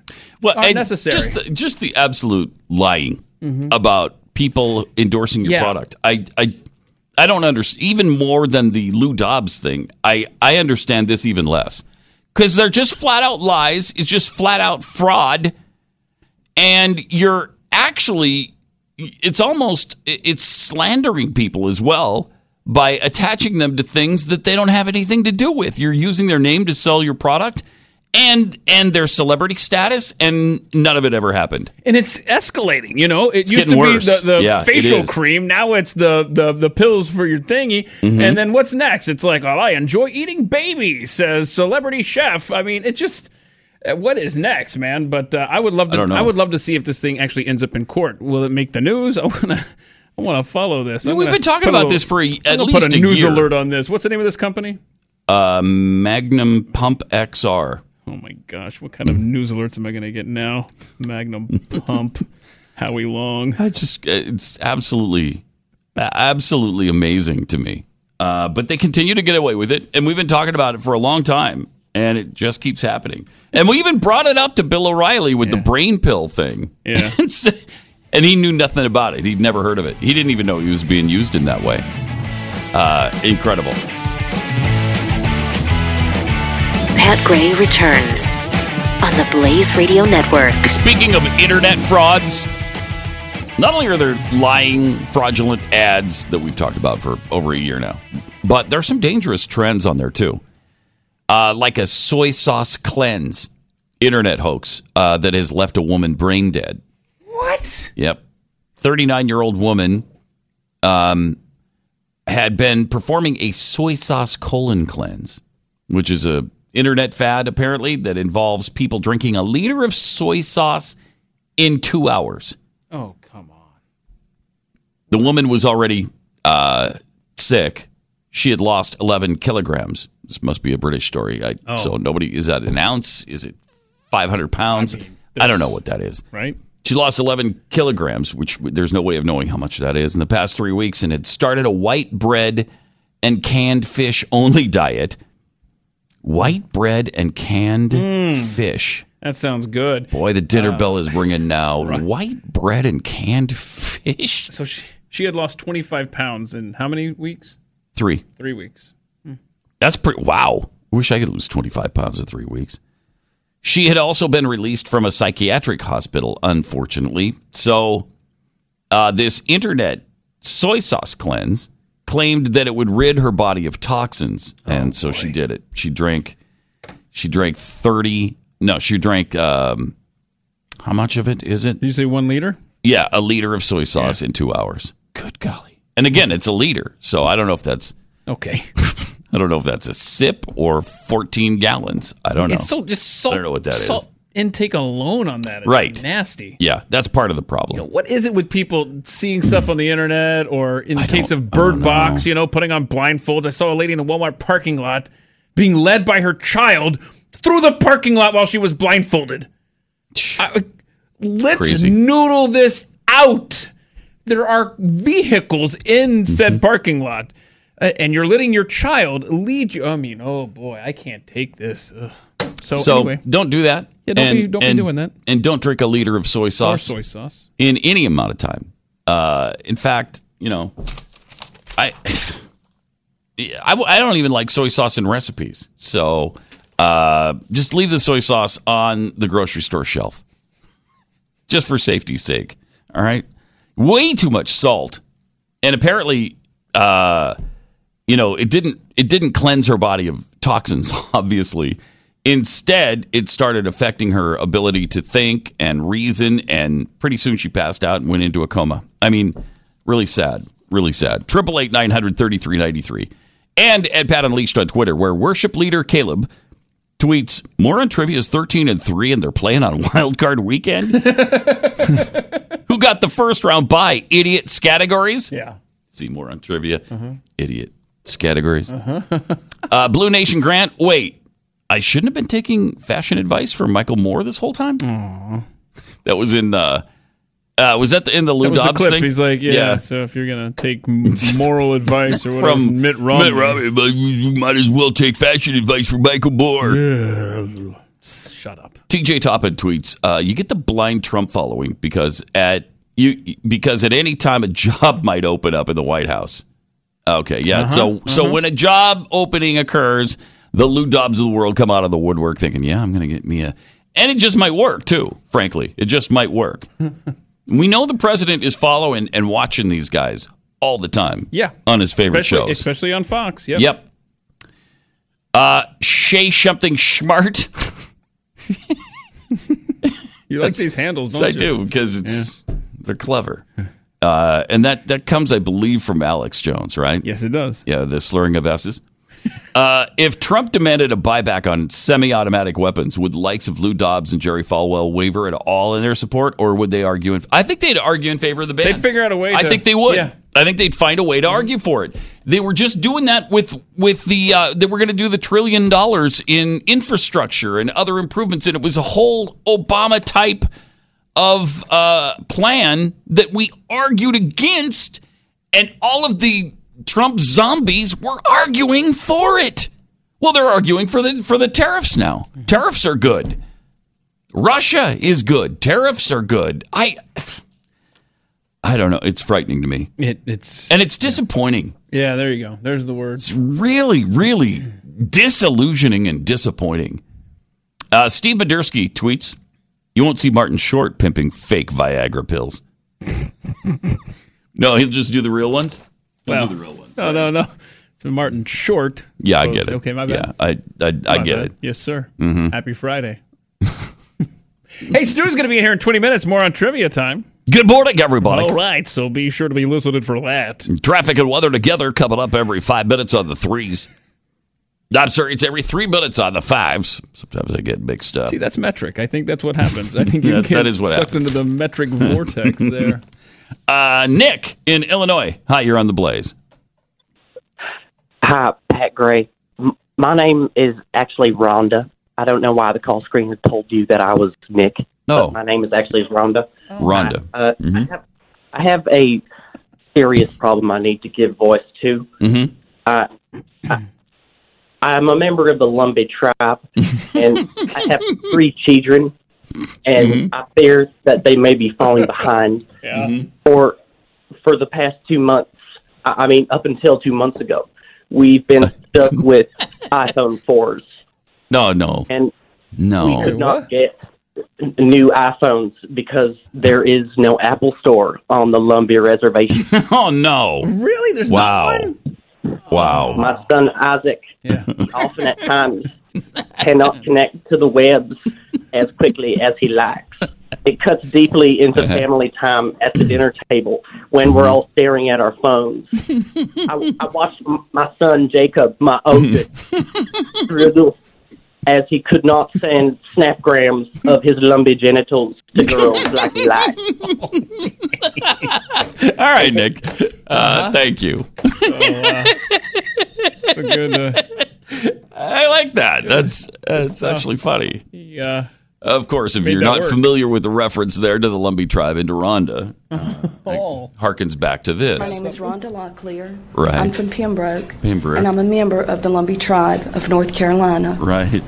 well, are and necessary. Just the, just the absolute lying Mhm. about people endorsing your Yeah. product. I, I, I don't understand. Even more than the Lou Dobbs thing, I, I understand this even less because they're just flat out lies. It's just flat out fraud, and you're actually it's almost it's slandering people as well by attaching them to things that they don't have anything to do with. You're using their name to sell your product and and their celebrity status and none of it ever happened. and it's escalating. You know, it used to getting worse. be the, the Yeah, it facial is. cream. Now it's the, the the pills for your thingy. Mhm. And then what's next? It's like, oh, I enjoy eating babies, says celebrity chef. I mean, it's just. uh, What is next, man? But uh, I would love to. don't know. I, would love to see if this thing actually ends up in court. Will it make the news? I want to. I want to follow this. Yeah, I'm we've gonna been talking put a about little- this for a- I'm at gonna least put a a news year. alert on this. What's the name of this company? Uh, Magnum Pump XR. Oh my gosh, what kind of Mm. news alerts am I going to get now? Magnum Pump, Howie Long. I just it's absolutely absolutely amazing to me. Uh, but they continue to get away with it, and we've been talking about it for a long time, and it just keeps happening. And we even brought it up to Bill O'Reilly with the brain pill thing. Yeah. and he knew nothing about it. He'd never heard of it. He didn't even know he was being used in that way. Uh, incredible. Pat Gray returns on the Blaze Radio Network. Speaking of internet frauds, not only are there lying, fraudulent ads that we've talked about for over a year now, but there are some dangerous trends on there too. Uh, like a soy sauce cleanse internet hoax uh, that has left a woman brain dead. What? Yep. 39 year old woman um, had been performing a soy sauce colon cleanse, which is a internet fad apparently that involves people drinking a liter of soy sauce in two hours. Oh, come on. The woman was already uh, sick. She had lost 11 kilograms. This must be a British story. I, Oh. So nobody is that an ounce? Is it 500 pounds? I, don't know what that is. Right? She lost 11 kilograms, which w- there's no way of knowing how much that is in the past three weeks, and had started a white bread and canned fish only diet. White bread and canned fish. That sounds good. Boy, the dinner Hmm. Uh, bell is ringing now. White bread and canned fish. So she, she had lost 25 pounds in how many weeks? Three. Hmm. Three weeks. That's pretty. Wow. I wish I could lose 25 pounds in three weeks. She had also been released from a psychiatric hospital, unfortunately. So, uh, this internet soy sauce cleanse claimed that it would rid her body of toxins, Oh, and so she did it. She drank, she drank 30. No, she drank. Um, how much of it is it? Did you say one liter? Yeah, a liter of soy sauce in two hours. Good golly! And again, it's a liter, so I don't know if that's Okay. I don't know if that's a sip or 14 gallons. I don't know. It's so just salt. I don't know what that is. salt intake alone on that. It's Right. Nasty. Yeah, that's part of the problem. What is it with people seeing stuff on the internet or in the case of Bird Box, you know, putting on blindfolds? I saw a lady in the Walmart parking lot being led by her child through the parking lot while she was blindfolded. I- let's Crazy. noodle this out. There are vehicles in Mm-hmm. said parking lot, uh, and you're letting your child lead you. I mean, oh boy, I can't take this. Ugh. So, so anyway, don't do that. Yeah, don't be- don't be doing that. And don't drink a liter of soy more sauce soy sauce. in any amount of time. Uh, in fact, you know, I, Yeah, I, w- I don't even like soy sauce in recipes. So uh, just leave the soy sauce on the grocery store shelf just for safety's sake. All right. Way too much salt. And apparently, uh, you know, it didn't it didn't cleanse her body of toxins, obviously. Instead, it started affecting her ability to think and reason, and pretty soon she passed out and went into a coma. I mean, really sad, really sad. Triple eight nine hundred thirty three ninety three, and at Pat Unleashed on Twitter, where worship leader Caleb tweets more on trivia's thirteen and three, and they're playing on Wild Card Weekend. Who got the first round by idiot categories? Yeah. See more on trivia. Idiot categories. Uh-huh. Uh, Blue Nation Grant, wait. I shouldn't have been taking fashion advice from Michael Moore this whole time. That was in the. Uh, was that the, in the Lou That was the Dobbs clip. thing? He's like, yeah, So if you're gonna take m- moral advice or whatever From from Mitt Romney, Mitt Romney, but you- you might as well take fashion advice from Michael Moore. shut up. TJ Toppin tweets, uh, "You get the blind Trump following because at you because at any time a job might open up in the White House." Okay, yeah. Uh-huh, so so uh-huh. when a job opening occurs, the Lou Dobbs of the world come out of the woodwork thinking, "Yeah, I'm going to get me a," and it just might work too. Frankly, it just might work. we know the president is following and watching these guys all the time. Yeah. on his favorite especially, shows. especially on Fox. Yep. Yep. Uh, Shay something smart. You like these handles, don't I you? do because it's they're clever, uh, and that that comes, I believe, from Alex Jones, right? Yes, it does. Yeah, the slurring of s's. Uh, if Trump demanded a buyback on semi-automatic weapons, would the likes of Lou Dobbs and Jerry Falwell waver at all in their support, or would they argue? In, I think they'd argue in favor of the ban. They figure out a way. I to- think they would. Yeah. Mm-hmm. I think they'd find a way to argue for it. They were just doing that with with the uh, they were going to do the trillion dollars in infrastructure and other improvements, and it was a whole Obama type of uh, plan that we argued against, and all of the Trump zombies were arguing for it. Well, they're arguing for the for the tariffs now. Mm-hmm. Tariffs are good. Russia is good. Tariffs are good. I I don't know. It's frightening to me. It, it's And it's disappointing. yeah. There you go. There's the word. Really, really disillusioning and disappointing. Uh, Steve Badursky tweets You won't see Martin Short pimping fake Viagra pills. no, he'll just do the real ones. He'll Well, do the real ones. No, no, no. It's a Martin Short. Yeah, I suppose. get it. Okay, my bad. Yeah, I, I, I My get bad. it. Yes, sir. Mhm. Happy Friday. hey, Stu's going to be in here in 20 minutes. More on trivia time. Good morning, everybody. All right, so be sure to be listening for that. Traffic and weather together coming up every five minutes on the threes. I'm sorry, it's every three minutes on the fives. Sometimes I get mixed up. See, that's metric. I think that's what happens. I think you That- get that is what sucked happens. into the metric vortex there. Uh, Nick in Illinois. Hi, you're on the Blaze. Hi, Pat Gray. M- my name is actually Rhonda. I don't know why the call screen had told you that I was Nick. No. my name is actually Rhonda. Rhonda. I, uh, I, have, I have a serious problem I need to give voice to. Mm-hmm. Uh, I, I'm a member of the Lumbee tribe, and I have three children, and Mm-hmm. I fear that they may be falling behind. For for the past two months, I I mean, up until two months ago, we've been stuck with iPhone fours, No, no, and no. we could not get n- new iPhones because there is no Apple Store on the Lumbee reservation. oh no! Really? There's wow. Wow. My son Isaac often at times cannot connect to the webs as quickly as he likes. It cuts deeply into family time at the dinner table when we're all staring at our phones. I, I watched m- my son Jacob, my oldest, struggle as he could not send snapgrams of his lumpy genitals to girls like he liked. All right, Nick. Uh, Uh-huh. Uh-huh. Thank you. It's uh, a good. Uh, I like that. That's that's actually funny. yeah. Of course, if Made you're that not work. familiar with the reference there to the Lumbee tribe and to Rhonda, Oh. harkens back to My this. name is Rhonda Locklear. Right. I'm from Pembroke. Pembroke. And I'm a member of the Lumbee Tribe of North Carolina. Right.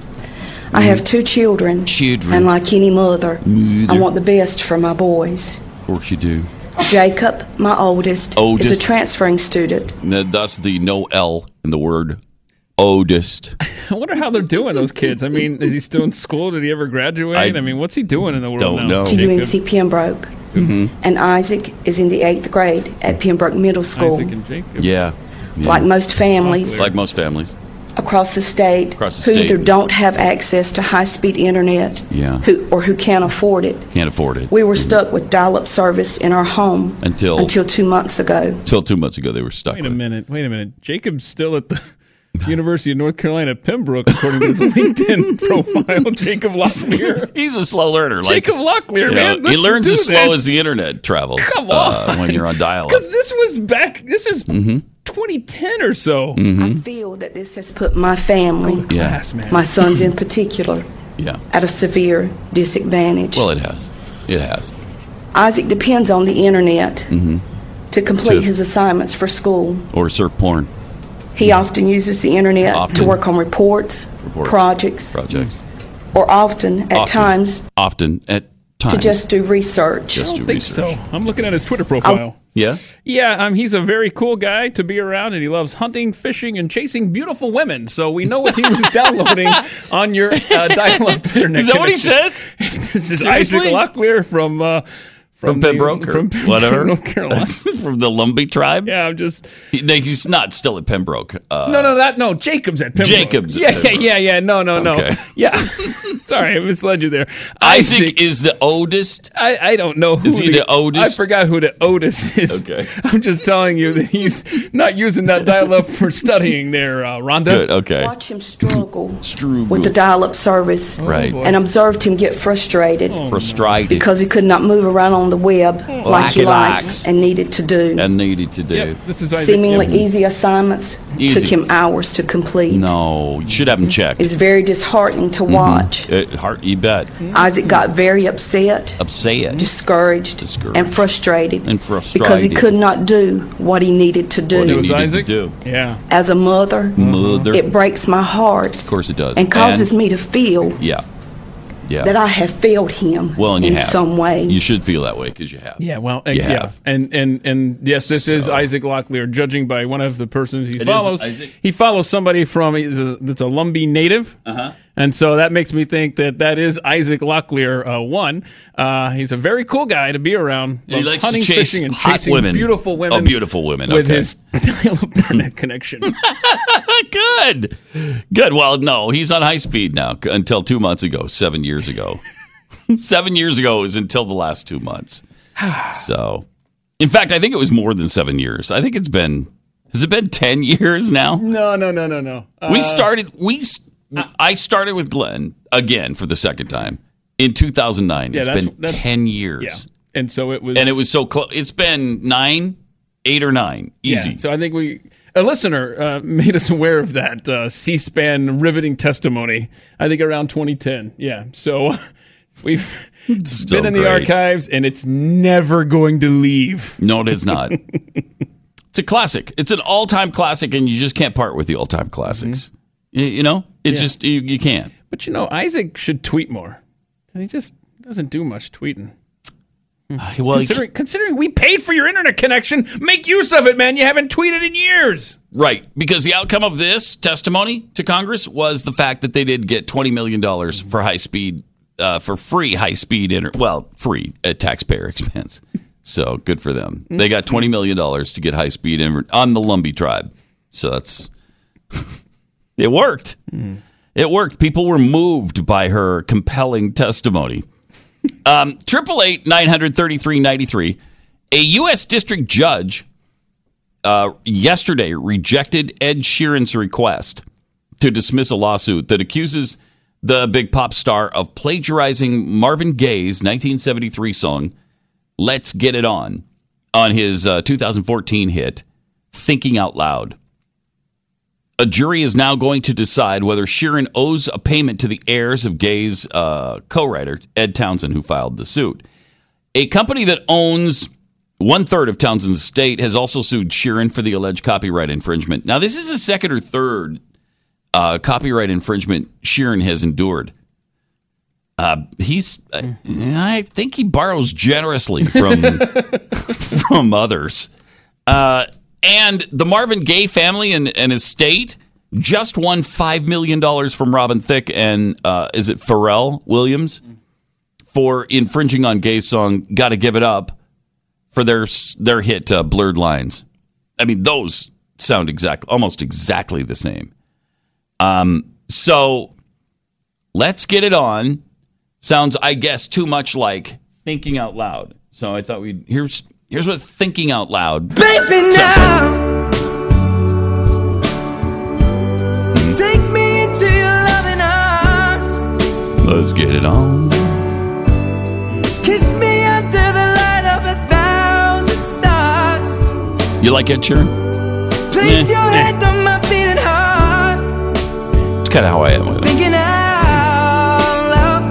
I have two children. Mm. Children. And like any mother, I Mother. want the best for my boys. Of course you do. Jacob, my oldest, is Oldest. a transferring student. Th- Thus the no L in the word odist. I wonder how they're doing, those kids. I mean, is he still in school? Did he ever graduate? I, I mean, what's he doing in the world don't know. now? to UNC Pembroke. Mm-hmm. And Isaac is in the eighth grade at Pembroke Middle School. Isaac and Jacob. Yeah. yeah. Like most families Like most families. across the state Across the who state. either don't have access to high speed internet Yeah. who, or who can't afford it. Can't afford it. We were stuck with dial up service in our home Until- until two months ago. Till two months ago, they were stuck. Wait a minute. Wait a minute. Jacob's still at the University of North Carolina, Pembroke, according to his LinkedIn profile. Jacob Locklear. He's a slow learner. Like, Jacob Locklear, you know, man. he let's learns do as slow this. as the internet travels Come uh, on. when you're on dial up. Because this was back, this is hmm 2010 or Oh. so. I feel that this has put my family, Mm-hmm. Yeah. class, man. my sons in particular, Yeah. at a severe disadvantage. Well, it has. It has. Isaac depends on the internet hmm to complete To- his assignments for school. Or surf porn He often uses the internet to Mm-hmm. Often. work on reports, Reports. projects, projects. or often at Often. times Often at times. to just do research. Just I don't think so. I'm looking at his Twitter profile. yeah. Yeah, um, he's a very cool guy to be around, and he loves hunting, fishing, and chasing beautiful women. So we know what he was downloading on your uh, dial-up internet. Is that what he connection. says? this is Seriously? Isaac Locklear from uh, From the- Pembroke or from Pembroke, whatever. North Carolina. From the Lumbee tribe? Yeah, I'm just. He, no, he's not still at Pembroke. Uh, no, no, that no. Jacob's at Pembroke. Jacob's at Yeah, Pembroke. yeah, yeah, yeah. No, no, no. Okay. Yeah. Sorry, I misled you there. Isaac, is the oldest. I, I don't know who Is he the oldest? I forgot who the Otis is. Okay. I'm just telling you that he's not using that dial up for studying there, uh, Rhonda. Good. Okay. Watch him struggle Struggle. with the dial-up Oh, service, Right. boy. And observed him get frustrated Frustrated. because he could not move around on the web Oh. like, Like he he likes, likes. and needed to do. and needed to do. This is Isaac. Seemingly easy assignments Easy. took him hours to complete. No, you should have him checked. It's very disheartening to Mm-hmm. watch. It heart, you bet. Isaac got very upset, Upset discouraged, Discouraged. and frustrated and frustrated. because he could not do what he needed to do. What he needed Isaac? Uh-huh. to do. Yeah. As a mother, Mother. it breaks my heart of course it does. and causes me to feel Yeah. Yeah. that I have failed him well, and you in have. some way. You should feel that way because you have. Yeah, well, uh, You yeah, have. and and and yes, this is So- Isaac Locklear. Judging by one of the persons he is follows, Isaac? he follows somebody from he's a- that's a Lumbee native, uh-huh. and so that makes me think that that is Isaac Locklear. Uh, one, uh, he's a very cool guy to be around. And he Loves likes to hunting, chase fishing, and hot chasing women. beautiful women. Oh, beautiful women, with okay. his dial-up internet connection. Good. Good. Well, no, he's on high speed now c- until two months ago, seven years ago. seven years ago is until the last two months. So, in fact, I think it was more than seven years. I think it's been Has it been ten years now? No, no, no, no, no. we Uh, started. We s- I started with Glenn again for the second time in 2009. Yeah, it's that's- been that's- ten years, Yeah. And so it was. and it was so close. It's been nine, eight or nine, easy. Yeah, so I think we a listener uh, made us aware of that uh, C-SPAN riveting testimony. I think around 2010. Yeah, so we've so been in the great. archives, and it's never going to leave. No, it is not. it's a classic. It's an all-time classic, and you just can't part with the all-time classics. Y- You, know, it's Yeah. just you, you can't. But you know, Isaac should tweet more. He just doesn't do much tweeting. Hmm. Uh, well, he- considering, considering we paid for your internet connection, make use of it, man. You haven't tweeted in years. Right, because the outcome of this testimony to Congress was the fact that they did get twenty million dollars for high speed, uh, for free high speed inter- well, free at taxpayer expense. So good for them. They got twenty million dollars to get high speed inter- on the Lumbee tribe. So that's it worked. It worked. People were moved by her compelling testimony. Um, Triple eight nine hundred thirty three ninety three. A U.S. district judge uh, yesterday rejected Ed Sheeran's request to dismiss a lawsuit that accuses the big pop star of plagiarizing Marvin Gaye's 1973 song "Let's Get It On" on his uh, 2014 hit "Thinking Out Loud." A jury is now going to decide whether Sheeran owes a payment to the heirs of Gaye's uh, co-writer Ed Townsend, who filed the suit. A company that owns one third of Townsend's estate has also sued Sheeran for the alleged copyright infringement. Now, this is the second or third uh, copyright infringement Sheeran has endured. Uh, he's, uh, I think he borrows generously from from others. Uh, and the Marvin Gaye family and, and estate just won $5 million from Robin Thicke and, uh, is it Pharrell Williams for infringing on Gaye's song, Gotta Give It Up, for their, s- their hit uh, Blurred Lines. I mean, those sound exact, almost exactly the same. Um, so let's get it on. Sounds, I guess, too much like thinking out loud. So I thought we'd here's here's what thinking out loud. Baby, sounds like. now take me into your loving arms. Let's get it on. Kiss me under the light of a thousand stars. You like Ed Sheeran? Place Eh, your eh. hand on my beating heart. It's kind of how I am with it. Thinking out loud.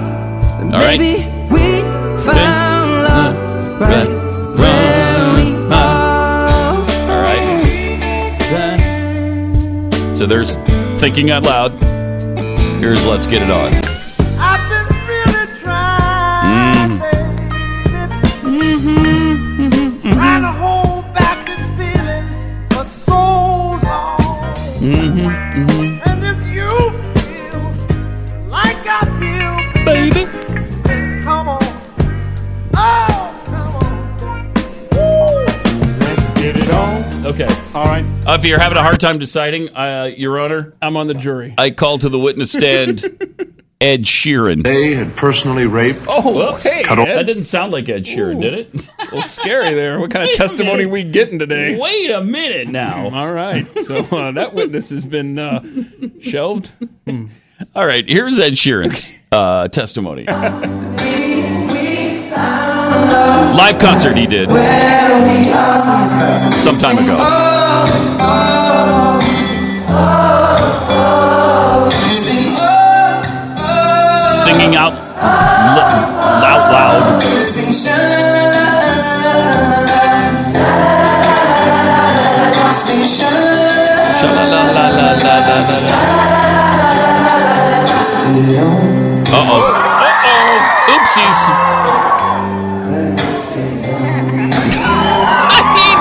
All right. Maybe we found love right where we are. All right. So there's thinking out loud. Here's let's get it on. I've been really trying. Mm. Trying to hold back this feeling for so long. And if you feel like I feel, baby, then come on. Oh, come on. Woo. Let's get it on. Okay. All right. Uh, if you're having a hard time deciding, uh, Your Honor, I'm on the jury. I call to the witness stand Ed Sheeran. They had personally raped. Oh, hey, Ed. that didn't sound like Ed Sheeran, Ooh. did it? A little scary there. What kind Wait of a testimony minute. we getting today? Wait a minute now. All right. So uh, that witness has been uh, shelved. All right, here's Ed Sheeran's uh, testimony. Live concert he did some time ago. Singing out l- out loud. Uh oh. Uh oh. Oopsies. I mean.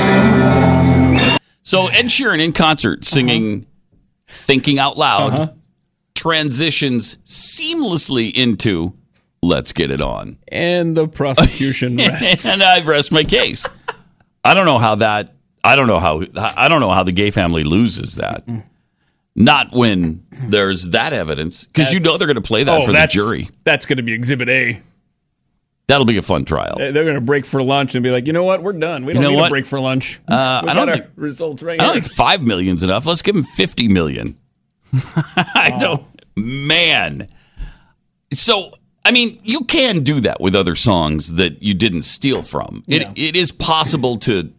Uh, so Ed Sheeran in concert Uh-huh. singing, thinking out loud, transitions seamlessly into "Let's Get It On." And the prosecution rests. and I rest my case. I don't know how that. I don't know how. I don't know how the gay family loses that. Mm. Not when there's that evidence, because you know they're going to play that Oh, for the that's- jury. That's going to be Exhibit A. That'll be a fun trial. They- They're going to break for lunch and be like, you know what? We're done. We You don't know need what? a break for lunch. Uh, we I got don't our think- results right I here. don't think five million's enough. Let's give him fifty million. I don't, man. So I mean, you can do that with other songs that you didn't steal from. It it is possible to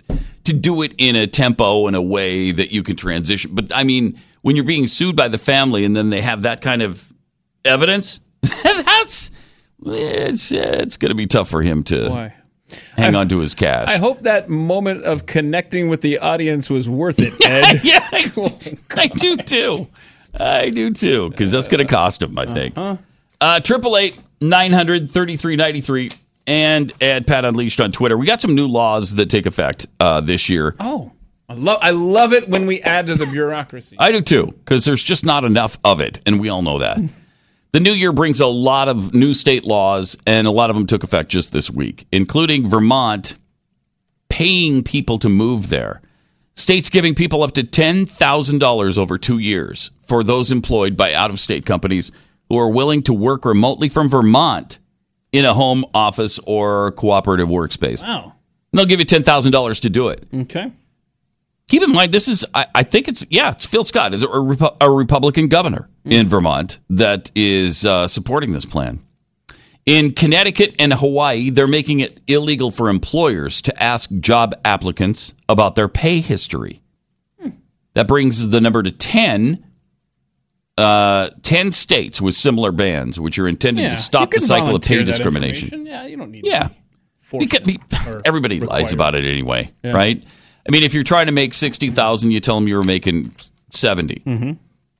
to do it in a tempo and a way that you can transition. But I mean, when you're being sued by the family and then they have that kind of evidence, that's it's it's going to be tough for him to Why? hang on to his cash. I hope that moment of connecting with the audience was worth it, Ed. yeah, I, I do too. I do too, because that's going to cost him, I think. Uh, Triple eight nine hundred thirty three ninety three, and at Pat Unleashed on Twitter. We got some new laws that take effect uh, this year. Oh, I love I love it when we add to the bureaucracy. I do too, because there's just not enough of it, and we all know that. the new year brings a lot of new state laws, and a lot of them took effect just this week, including Vermont paying people to move there. States giving people up to $10,000 over two years for those employed by out of state companies who are willing to work remotely from Vermont in a home office or cooperative workspace. Wow. And they'll give you $10,000 to do it. Okay. Keep in mind, this is, I, I think it's, yeah, it's Phil Scott, is a, Repu- a Republican governor Mm. in Vermont that is uh, supporting this plan. In Connecticut and Hawaii, they're making it illegal for employers to ask job applicants about their pay history. Hmm. That brings the number to 10. Uh, 10 states with similar bans, which are intended Yeah, to stop the you can cycle of volunteer pay that discrimination. information. Yeah, you don't need Yeah. Because, be- everybody lies about it anyway, right? I mean, if you're trying to make 60,000, you tell them you were making 70. Mhm.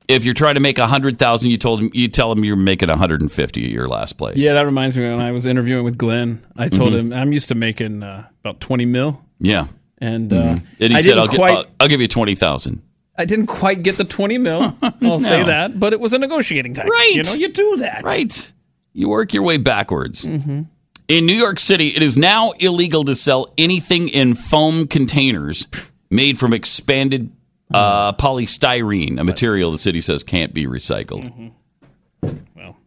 If you're trying to make 100,000, you told them you tell them you're making 150 at your last place. Yeah, that reminds me when I was interviewing with Glenn, I told Mhm. him I'm used to making uh, about 20 mil Yeah. and uh, Mhm. and he I said didn't I'll, gi- quite I'll, I'll give you 20,000. I didn't quite get the 20 mil. I'll say No. that, but it was a negotiating tactic. Right. You know, you do that. Right. You work your way backwards. Mm-hmm. In New York City, it is now illegal to sell anything in foam containers made from expanded uh, Hmm. polystyrene, a material the city says can't be recycled. Mm-hmm.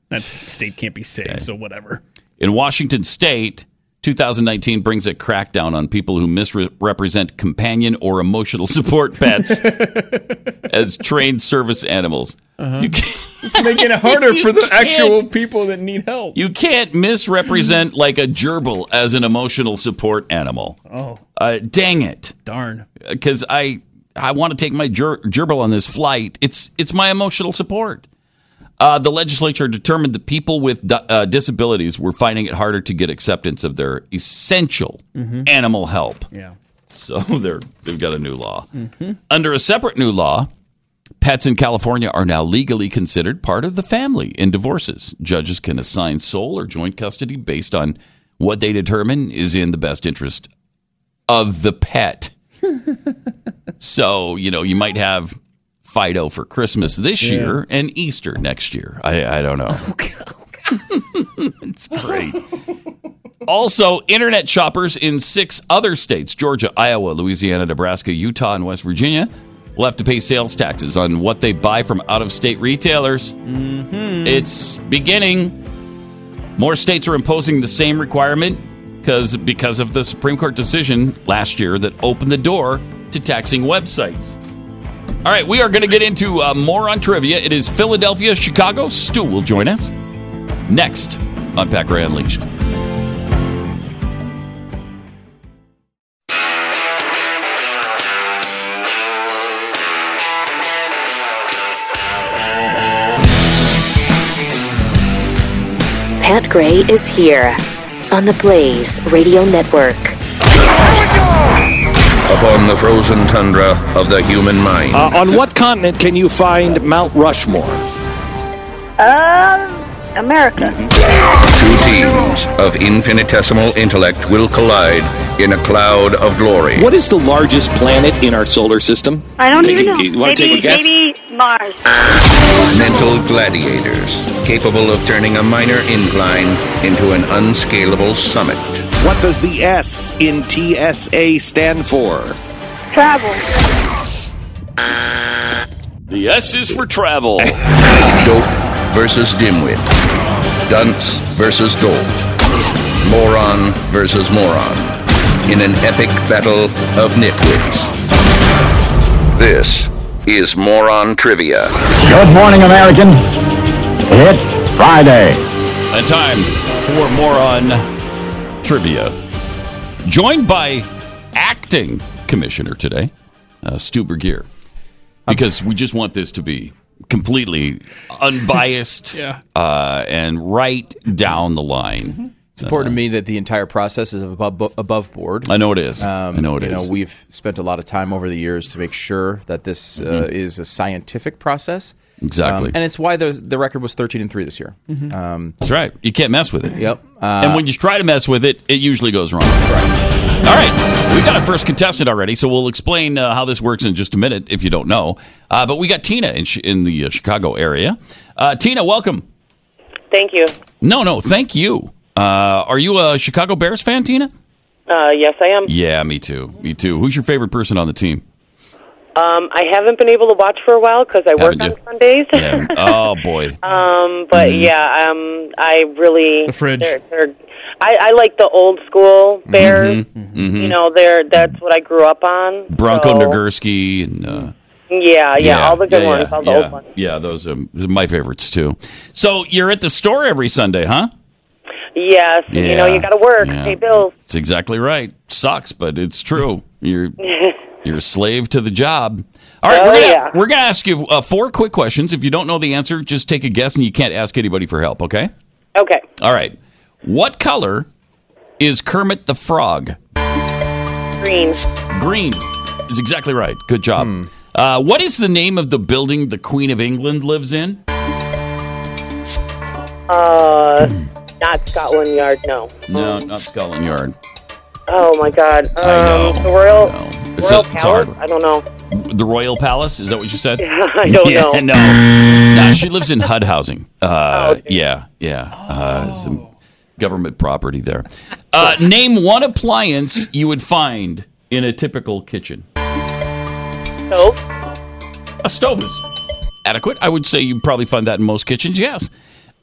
That state can't be safe, so whatever. In Washington state, 2019 brings a crackdown on people who misrepresent companion or emotional support pets as trained service animals. Uh-huh. You, can't, It's making it harder for the You can't. actual people that need help. you can't misrepresent like a gerbil as an emotional support animal. Oh, Uh, dang it. darn. Because I I want to take my ger- gerbil on this flight. It's it's my emotional support. Uh, the legislature determined that people with di- uh, disabilities were finding it harder to get acceptance of their essential Mhm. Mm-hmm. animal help. Yeah. So they're they've got a new law. Mm-hmm. Under a separate new law, pets in California are now legally considered part of the family in divorces. Judges can assign sole or joint custody based on what they determine is in the best interest of the pet. so, you know, you might have Fido for Christmas this Yeah. year and Easter next year. I, I don't know. it's great. Also, internet shoppers in six other states Georgia, Iowa, Louisiana, Nebraska, Utah, and West Virginia will have to pay sales taxes on what they buy from out of state retailers. Mm-hmm. It's beginning. More states are imposing the same requirement because because of the Supreme Court decision last year that opened the door to taxing websites. All right, we are going to get into uh, more on trivia. It is Philadelphia, Chicago. Stu will join us next on Pat Gray Unleashed. Pat Gray is here on the Blaze Radio Network. upon the frozen tundra of the human mind. Uh, on what continent can you find Mount Rushmore? Um, America. Two teams of infinitesimal intellect will collide in a cloud of glory. What is the largest planet in our solar system? I don't Take even a- know. You want to maybe, take a guess? maybe Mars. Mental gladiators, capable of turning a minor incline into an unscalable summit. What does the S in TSA stand for? Travel. The S is for travel. Dope versus dimwit. Dunce versus dope. Moron versus moron in an epic battle of nitwits. This is Moron Trivia. Good morning, Americans. It's Friday. And time for moron trivia. Joined by acting commissioner today, uh, Stuber Gear, because we just want this to be completely unbiased Yeah. uh, and right down the line. It's important to me that the entire process is above, above board. Uh-huh. I know it is. I know it it is. you is. we've spent a lot of time over the years to make sure that this uh, Mhm. is a scientific process. Exactly. Um, and it's why the, the record was 13 and 3 this year. Mhm. Um, That's right. You can't mess with it. Yep. and when you try to mess with it, it usually goes wrong. Right. All right. We've got our first contestant already, so we'll explain uh, how this works in just a minute if you don't know. Uh, but we got Tina in, Chi- in the uh, Chicago area. Uh, Tina, welcome. Thank you. No, no, thank you. Uh, are you a Chicago Bears fan, Tina? Uh, yes, I am. Yeah, me too. Me too. Who's your favorite person on the team? Um, I haven't been able to watch for a while because I work Haven't on you? Sundays. Yeah. oh boy. um, but Mhm. yeah, um, I really The fridge. They're, they're, I, I like the old school Bears. Mhm, mhm. Mm-hmm. You know, they're that's what I grew up on. so- Bronco Nagurski and uh, Yeah, yeah, all the good yeah, ones, yeah, all the yeah. old ones. Yeah, those are my favorites too. So you're at the store every Sunday, huh? Yes, you know, Yeah, you got to work, yeah. pay bills. It's exactly right. Sucks, but it's true. You're you're a slave to the job. All right, Oh, we're gonna, yeah. we're gonna ask you uh, four quick questions. If you don't know the answer, just take a guess, and you can't ask anybody for help. Okay. Okay, All right. What color is Kermit the Frog? green. Green is exactly right. Good job. Uh, what is the name of the building the Queen of England lives in? Uh, not Scotland Yard, no. No, not Scotland Yard. Oh my God. Um, I know, The Royal, It's Royal a- it's a hard Palace. one. I don't know. The Royal Palace? Is that what you said? I don't yeah, know. Oh, No. No, she lives in HUD housing. Uh, yeah, yeah. Uh, some government property there. Uh, name one appliance you would find in a typical kitchen. Stove? A stove is adequate. I would say you probably find that in most kitchens, yes.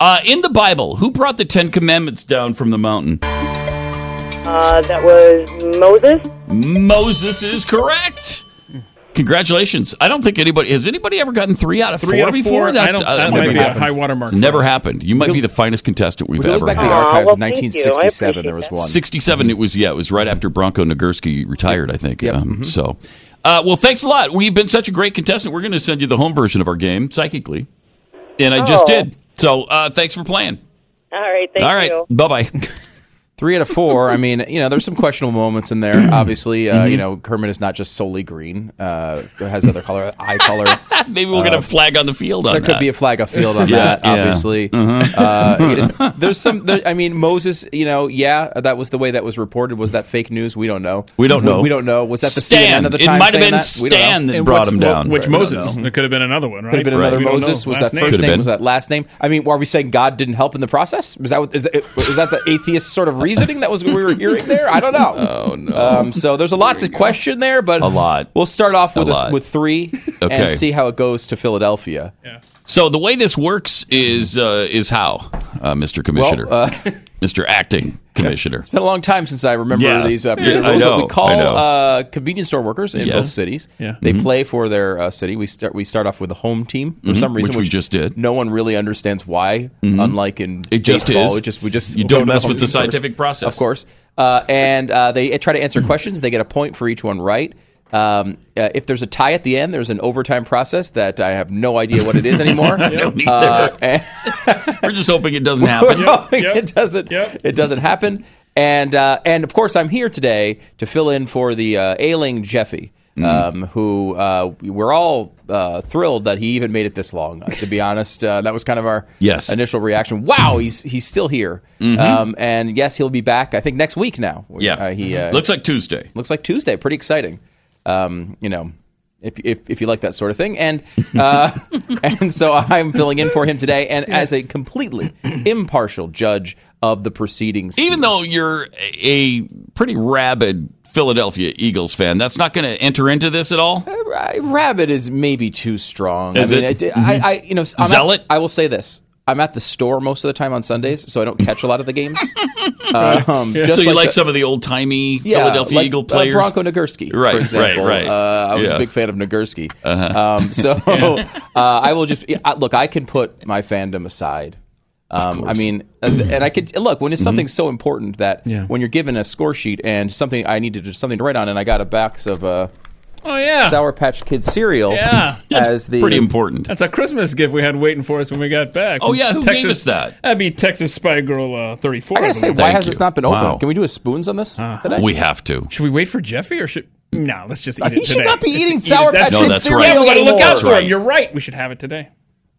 Uh, in the Bible, who brought the Ten Commandments down from the mountain? Uh, that was Moses. Moses is correct. Congratulations. I don't think anybody has anybody ever gotten three out of Three four out of before. uh, four? I don't- that might never be a happened. high water mark It's for never us. happened. You might be the finest contestant we've we go ever back to had. the archives Ah, well, of thank you. I 1967. There was one. 67 it was yeah it was right after bronco nagurski retired i think um, Mm-hmm. so uh, well thanks a lot we've been such a great contestant we're going to send you the home version of our game psychically and i just Oh. did so uh, thanks for playing All right, thank All right. you. bye-bye Three out of four. I mean, you know, there's some questionable moments in there. Obviously, uh, Mhm. you know, Kermit is not just solely green. Uh, it has other color, eye color. Maybe we'll Uh, get a flag on the field on there that. could be a flag of field on Yeah, that. yeah. Obviously, Uh-huh. Uh, you know, there's some. There, I mean, Moses. You know, yeah, that was the way that was reported. Was that fake news? We don't know. We don't know. We don't know. Was that the Stan. CNN of the It time? might have saying been that? We don't know. Stan that And brought what's- him down. well, Which we don't Moses? know. There could have been another one, right? Could have been Right. another We don't know Moses. his Was last that name. first Could have name? been. Was that last name? I mean, are we saying God didn't help in the process? Was that what- is that is that the atheist sort of reasoning that was what we were hearing there? I don't know. Oh no. Um, so there's a lot to question there, but a lot we'll start off with A a lot. with three Okay. and see how it goes to Philadelphia. so the way this works is uh, is how uh, mr commissioner Well, uh, mr acting commissioner It's been a long time since I remember Yeah. these. Uh, Yeah, those I that know, we call I know. uh, convenience store workers in Yeah. both cities. Yeah. They Mhm. play for their uh, city. We start. We start off with a home team for Mhm, some reason, which we just did. No one really understands why. Mhm. Unlike in It just baseball, is. It just we just You go don't to mess home with team the first. scientific process. of course. Uh, and uh, they try to answer questions. They get a point for each one right. Um, uh, if there's a tie at the end, there's an overtime process that I have no idea what it is anymore. I don't Uh, either. and- we're just hoping it doesn't happen we're hoping It doesn't. It doesn't happen. And uh, and of course, I'm here today to fill in for the uh, ailing Jeffy, Mm-hmm. um, who uh, we're all uh, thrilled that he even made it this long. To be honest, uh, that was kind of our Yes. initial reaction. Wow, he's he's still here. Mhm. Um, and yes, he'll be back. I think next week now. Yeah. Uh, he Mhm. uh, Looks like Tuesday. Looks like Tuesday. Pretty exciting. Um, you know. If, if, if you like that sort of thing, and uh, and so I'm filling in for him today, and as a completely impartial judge of the proceedings, even though you're a pretty rabid Philadelphia Eagles fan, that's not going to enter into this at all. rabbit Uh, is maybe too strong. Is I mean, it? Mm-hmm. I, I, you know, I'm not- Zealot? I will say this. I'm at the store most of the time on Sundays, so I don't catch a lot of the games. Um, Yeah. just so you like, the- some of the old timey Yeah, Philadelphia like, Eagle uh, players, Bronco Nagurski, right? for example. Right, right. Uh, I was Yeah. Uh-huh. a big fan of Nagurski. Um, so uh, I will just I- look. I can put my fandom aside. Um, I mean, and, and I could look Mm-hmm. when it's something so important that Yeah. when you're given a score sheet and something I needed to- something to write on, and I got a box of uh, Oh yeah. Sour Patch Kid cereal. Yeah. That's as the pretty important. That's a Christmas gift we had waiting for us when we got back. Oh, From yeah, who gave us that? That'd be Texas Spy Girl uh, 34. I gotta say, why has this not been opened? open? Can we do a spoons on this today? Uh, We have to. Should we wait for Jeffy or should? No, let's just eat Uh, it he should today. not be Let's eating eat it. Sour That's- Patch No, Kid that's cereal Yeah, we gotta look anymore. out for Right. him. You're right. We should have it today.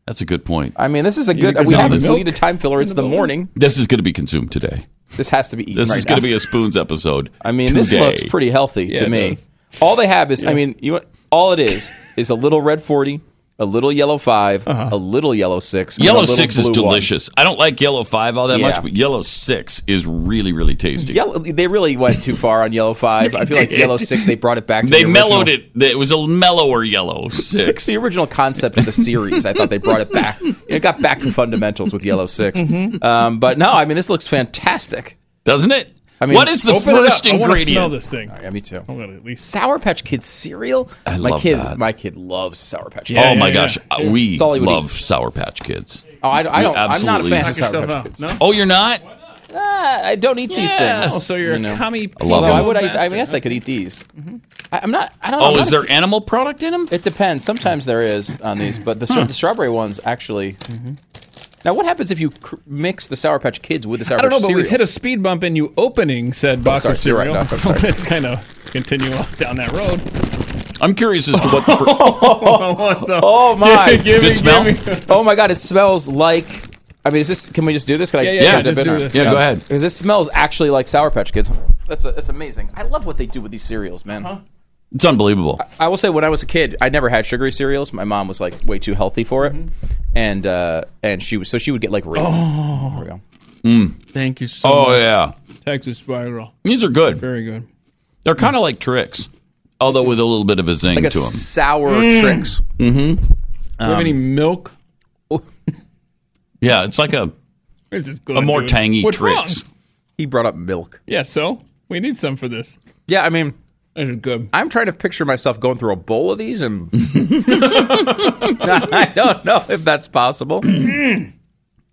That's a good point. I mean, this is a You good. think We it's have in the we milk? need a time filler. It's the morning. This is going to be consumed today. This has to be eaten. This right is going now. to be a spoons episode. I mean, this looks pretty healthy Yeah, to it me. does. All they have is, I Yeah. mean, you all it is is a little red forty, a little yellow 5 a little yellow six. and a Uh-huh. Yellow little six is blue one. delicious. I don't like yellow five all that Yeah. much, but yellow six is really, really tasty. Yellow, they really went too far on yellow five. I feel like did. yellow six. They brought it back. to They the mellowed original- it. It was a mellower yellow six. the original concept of the series. I thought they brought it back. It got back to fundamentals with yellow 6 Mhm. Um, but no, I mean, this looks fantastic, doesn't it? I mean, What is the open it up. first I wanna ingredient? smell This thing. Yeah, me too. at least Sour Patch Kids cereal. I my love kid, that. my kid loves Sour Patch. Kids. oh my gosh, Uh, we It's all he would love eat. Sour Patch Kids. Oh, I, I We don't. I'm not a absolutely- fan of Sour Patch Kids. Oh, you're not? Ah, I don't eat these Yeah. things. Oh, so you're a commie I love Although them. I would. I, I bastard, mean, yes, I could eat these. Mm-hmm. I, I'm not. I don't. Oh, I'm not is a- there animal product in them? It depends. Sometimes there is on these, but the, Huh. the strawberry ones actually. Mm-hmm. Now, what happens if you cr- mix the Sour Patch Kids with the Sour I don't know, Patch but cereal? Oh, we hit a speed bump in you opening said box sorry, of you're right, cereal. Doc, I'm so sorry. let's kind of continue on down that road. I'm curious as to what. The oh my! Give me- Good give smell? me- Oh my god! It smells like. I mean, is this? Can we just do this? Can I? Yeah, yeah, can I yeah, dip just in do or- this. Yeah, go ahead. Because this smells actually like Sour Patch Kids. That's a, that's amazing. I love what they do with these cereals, man. It's unbelievable. I will say, when I was a kid, I never had sugary cereals. My mom was like way too healthy for it, Mm-hmm. and uh, and she was so she would get like Rio. Oh. There we go. Thank you so oh much. yeah, Texas Spiral. these are good. Very good. They're kind of like tricks, although with a little bit of a zing like a to them. sour Mm. tricks. Mm-hmm. Do you have Um, any Um, milk? Yeah, it's like a This is good, a more dude. tangy What's tricks. wrong? He brought up milk. Yeah, so we need some for this. Yeah, I mean, this is good. I'm trying to picture myself going through a bowl of these, and I don't know if that's possible. Mm.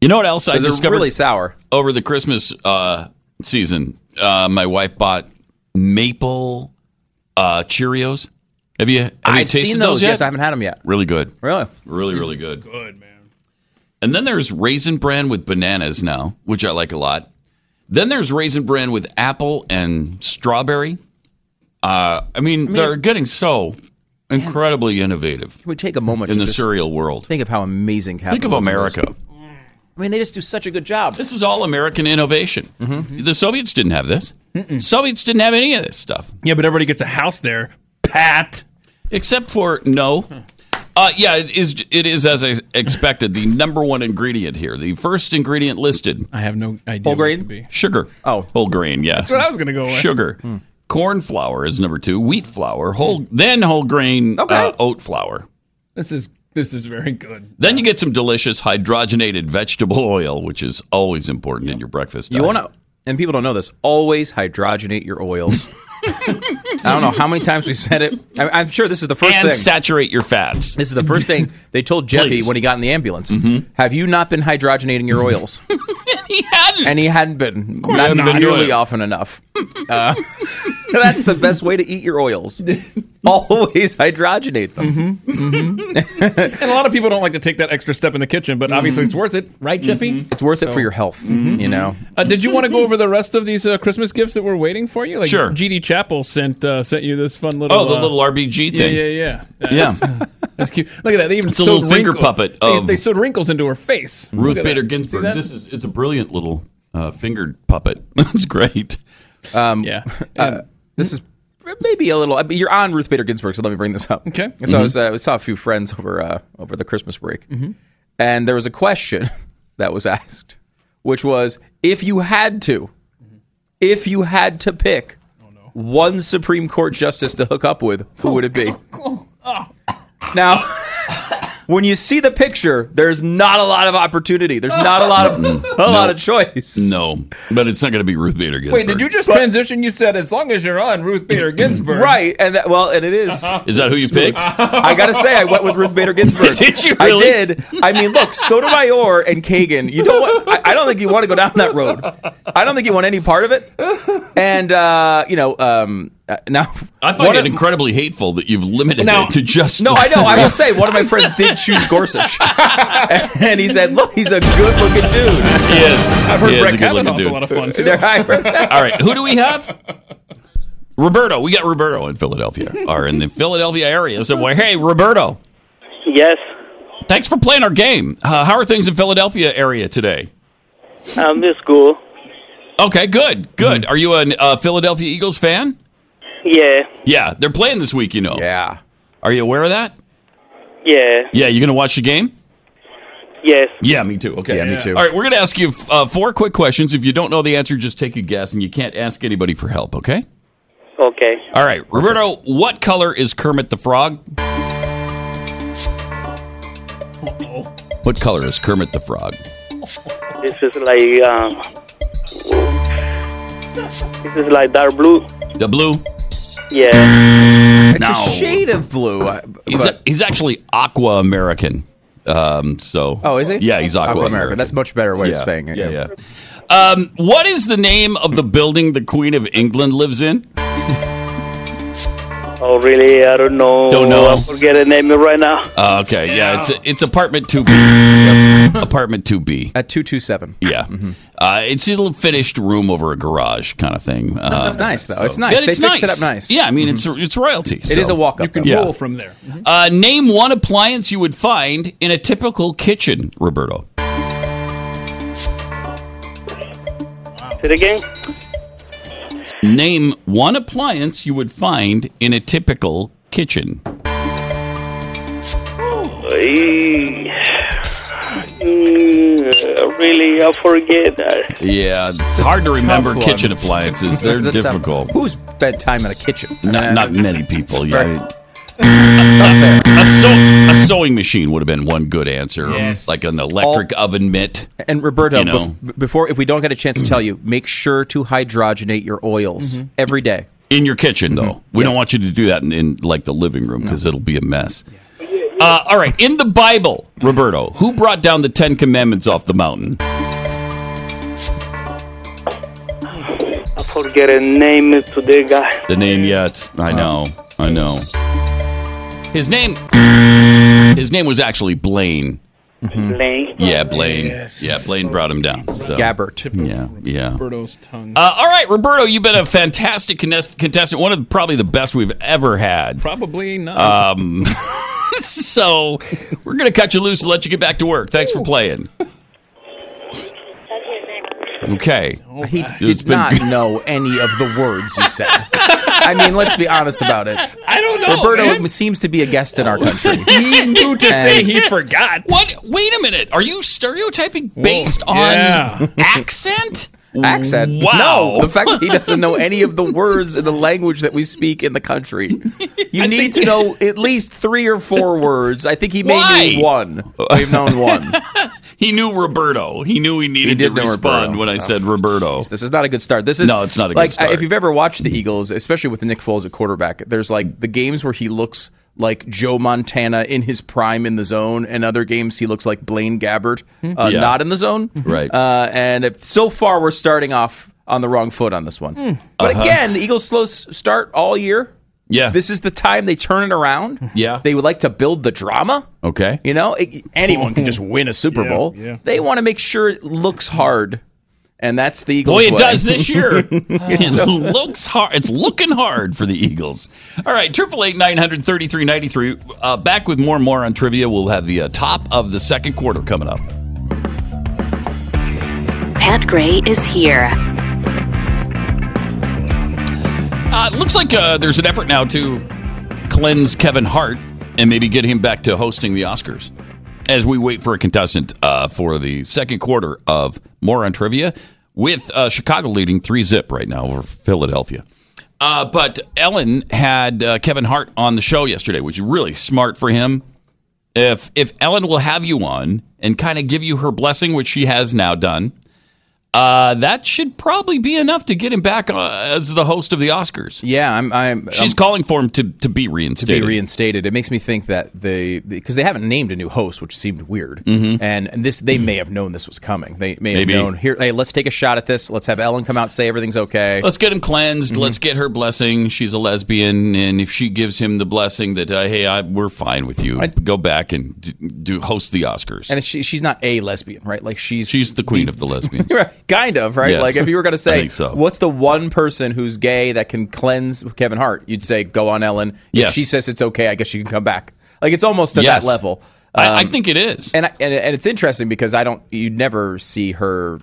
You know what else I They're discovered? really sour. Over the Christmas uh, season, uh, my wife bought maple uh, Cheerios. Have you have you I've tasted seen those, those. yet? Yes, I haven't had them yet. Really good. Really? Really, really good. Good, man. And then there's Raisin Bran with bananas now, which I like a lot. Then there's Raisin Bran with apple and strawberry. Uh, I, mean, they're getting so incredibly innovative. Can we take a moment in to the just cereal world? Think of how amazing. Think of capitalism America. is. I mean, they just do such a good job. Mm-hmm. This is all American innovation. The Soviets didn't have this. Soviets didn't have any of this stuff. Yeah, but everybody gets a house there, Pat. Except for no. Uh, yeah, it is. It is as I expected. The number one ingredient here, the first ingredient listed. I have no idea. Whole grain, sugar. Oh, whole grain. Yeah, That's what I was gonna go with. Sugar, Hmm. corn flour is number two. Wheat flour, whole then whole grain uh, oat flour. This is this is very good. Then you get some delicious hydrogenated vegetable oil, which is always important in your breakfast. You want to, and people don't know this. Always hydrogenate your oils. I don't know how many times we said it. I, I'm sure this is the first And thing. saturate your fats. This is the first thing they told Jeffy Please. Mm-hmm. when he got in the ambulance. Have you not been hydrogenating your oils? he hadn't. and he hadn't been. Not, course not. not Hadn't been doing nearly it. often enough. Uh, that's the best way to eat your oils. Always hydrogenate them. Mm-hmm. Hmm? Mm-hmm. And a lot of people don't like to take that extra step in the kitchen, but obviously Mm-hmm. it's worth it, right, Jeffy? It's worth So- it for your health. You know. Uh, did you want to go over the rest of these uh, Christmas gifts that we're waiting for you? Like Sure. GD Chapel sent uh, sent you this fun little Oh, the uh, little RBG yeah, thing. Yeah, yeah, yeah. Yeah. That's, that's cute. Look at that. They even It's a sewed little finger wrinkle- puppet They, of- they sewed wrinkles into her face. Ruth Look at Bader that. See Ginsburg. that? This is it's a brilliant little uh, fingered puppet. That's great. Um, yeah. Uh, this is maybe a little. I mean, you're on Ruth Bader Ginsburg, so let me bring this up. Okay. Mm-hmm. So I, was, uh, I saw a few friends over uh, over the Christmas break, and there was a question that was asked, which was, if you had to, Mm-hmm. if you had to pick Oh, one Supreme Court justice to hook up with, who would it be? Oh, oh. Now, when you see the picture, there's not a lot of opportunity. There's not a lot of a lot of choice. No, but it's not going to be Ruth Bader Ginsburg. Wait, did you just transition? You said as long as you're on Ruth Bader Ginsburg, Uh-huh. right? And that well, and it is. Is that who you picked? I gotta say, I went with Ruth Bader Ginsburg. Did you I really? did. I mean, look, Sotomayor and Kagan. You don't want. I, I don't think you want to go down that road. I don't think you want any part of it. And uh, you know, um, uh, now I find one it of- incredibly hateful that you've limited Now- it to just. No, I know. I will say one of my friends did choose Gorsuch, and he said, "Look, he's a good-looking dude." He is. I've heard He is Brett a good-looking Kavanaugh's a dude. lot of fun, too. All right, who do we have? Roberto. We got Roberto in Philadelphia, or in the Philadelphia area somewhere. Hey, Roberto. Yes. Thanks for playing our game. Uh, how are things in Philadelphia area today? Um, this school. Okay, good, good. Are you a uh, Philadelphia Eagles fan? Yeah. Yeah, they're playing this week. You know. Yeah. Are you aware of that? Yeah. Yeah, you gonna watch the game? Yes. Yeah, me too. Okay, Yeah, me too. All right, we're gonna ask you uh, four quick questions. If you don't know the answer, just take a guess, and you can't ask anybody for help. Okay. Okay. All right, Roberto, what color is Kermit the Frog? What color is Kermit the Frog? This is like um. This is like dark blue. The blue. Yeah. It's a No. shade of blue. He's, a, he's actually Aqua American. Um, so. Oh, is he? Yeah, he's Aqua, Aqua-American. That's a much better way yeah. of saying it, Yeah, yeah. yeah. Um, what is the name of the building the Queen of England lives in? Oh really? I don't know. Don't know. I forget the name right now. Uh, okay, yeah, it's it's apartment two B, Yep. apartment two B at two two seven. Yeah, Mm-hmm. uh, it's a little finished room over a garage kind of thing. Uh, that's nice, though. It's nice. They fixed it up nice. Mm-hmm. Yeah, I mean it's it's royalty. It is a walk-up, You can though. roll from Mm-hmm. there. Uh, name one appliance you would find in a typical kitchen, Roberto. Say it again. Name one appliance you would find in a typical kitchen. Eh, mm, really, I forget. that. Yeah, it's hard to Tough remember one. kitchen appliances. They're That's tough. difficult. Who's spent time in a kitchen? Not, not many people. Yeah. Not fair. A, sew- a sewing machine would have been one good answer. Yes. Like an electric oven mitt. And Roberto, You know. bef- before if we don't get a chance to tell you, make sure to hydrogenate your oils every day. In your kitchen, though. We Mm-hmm. Yes. don't want you to do that in, in like the living room because it'll be a mess. Uh, all right. In the Bible, Roberto, who brought down the Ten Commandments off the mountain? I forget the name to the guy. The name, yeah, it's, I know. I know. His name. His name was actually Blaine. Blaine. Yeah, Blaine. Yes. Yeah, Blaine brought him down. So. Gabbert. Yeah, yeah. Roberto's tongue. Uh, all right, Roberto, you've been a fantastic contest- contestant, one of the, probably the best we've ever had. Probably not. Um, so we're going to cut you loose and let you get back to work. Thanks for playing. Okay. He It's did been- not know any of the words you said. I mean, let's be honest about it. I don't know. Roberto man. seems to be a guest in our country. he knew to say he And- forgot. What? Wait a minute. Are you stereotyping based on Yeah. accent? Accent. Oh, Wow. No, the fact that he doesn't know any of the words in the language that we speak in the country. You need to know at least three or four words. I think he may Why? need one. We've known one. He knew Roberto. He knew he needed to did know respond Roberto. when I Oh. said Roberto. This is not a good start. This is No, it's not a good like, start. If you've ever watched the Eagles, especially with Nick Foles at quarterback, there's like the games where he looks like Joe Montana in his prime in the zone, and other games he looks like Blaine Gabbert, uh, Hmm. Yeah. not in the zone. Right. Uh, and if, so far, we're starting off on the wrong foot on this one. Hmm. But Uh-huh. again, the Eagles slow s- start all year. Yeah. This is the time they turn it around. Yeah. They would like to build the drama. Okay. You know, it, anyone can just win a Super Yeah, Bowl. yeah. They want to make sure it looks hard, and that's the Eagles. Boy, it way. does this year. it looks hard. It's looking hard for the Eagles. All right, triple eight nine hundred thirty three ninety three. Uh, back with more and more on trivia. We'll have the uh, top of the second quarter coming up. Pat Gray is here. Uh, it looks like uh, there's an effort now to cleanse Kevin Hart and maybe get him back to hosting the Oscars. As we wait for a contestant uh, for the second quarter of more on trivia, with uh, Chicago leading three zip right now over Philadelphia. Uh, but Ellen had uh, Kevin Hart on the show yesterday, which is really smart for him if if Ellen will have you on and kind of give you her blessing, which she has now done, uh, that should probably be enough to get him back uh, as the host of the Oscars. Yeah, I'm. I'm She's calling for him to, to be reinstated. To be reinstated. It makes me think that they because they haven't named a new host, which seemed weird. Mhm. And, and this they may have known this was coming. They may Maybe. have known here. Hey, let's take a shot at this. Let's have Ellen come out say everything's okay. Mm-hmm. Let's get him cleansed. Let's get her blessing. She's a lesbian, and if she gives him the blessing that uh, hey, I, we're fine with you, go back and d- do host the Oscars. and she, she's not a lesbian, right? Like she's She's the queen of the lesbians. Right, kind of, right? Yes. Like if you were going to I say, think so. what's the one person who's gay that can cleanse Kevin Hart? You'd say, go on Ellen. If Yes. she says it's okay, I guess she can come back. Like it's almost to Yes. that level. Um, I- I think it is, and, I, and and it's interesting because I don't, you never see her.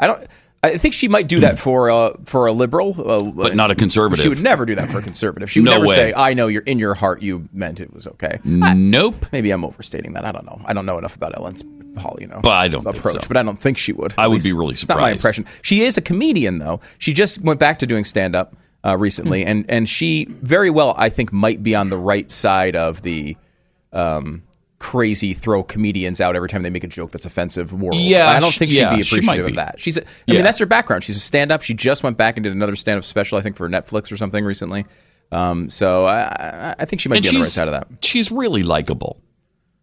I don't. I think she might do that for a for a liberal, uh, But not a conservative. She would never do that for a conservative. She would No never way. say, "I know you're in your heart, you meant it was okay." Nope. maybe I'm overstating that. I don't know. I don't know enough about Ellen's Hall, you know. But I don't think approach, so. but I don't think she would. I At would least be really It's not my surprised. impression. She is a comedian, though. She just went back to doing stand up uh, Hmm. recently, and and she very well, I think, might be on the right side of the. Um, Crazy throw comedians out every time they make a joke that's offensive. World. Yeah, I don't she- think she'd yeah, be she might appreciative be. of that. She's, a, I Yeah. mean, that's her background. She's a stand-up. She just went back and did another stand-up special, I think, for Netflix or something recently. Um, so I- I, I think she might And be on the right she's- side of that. She's really likable.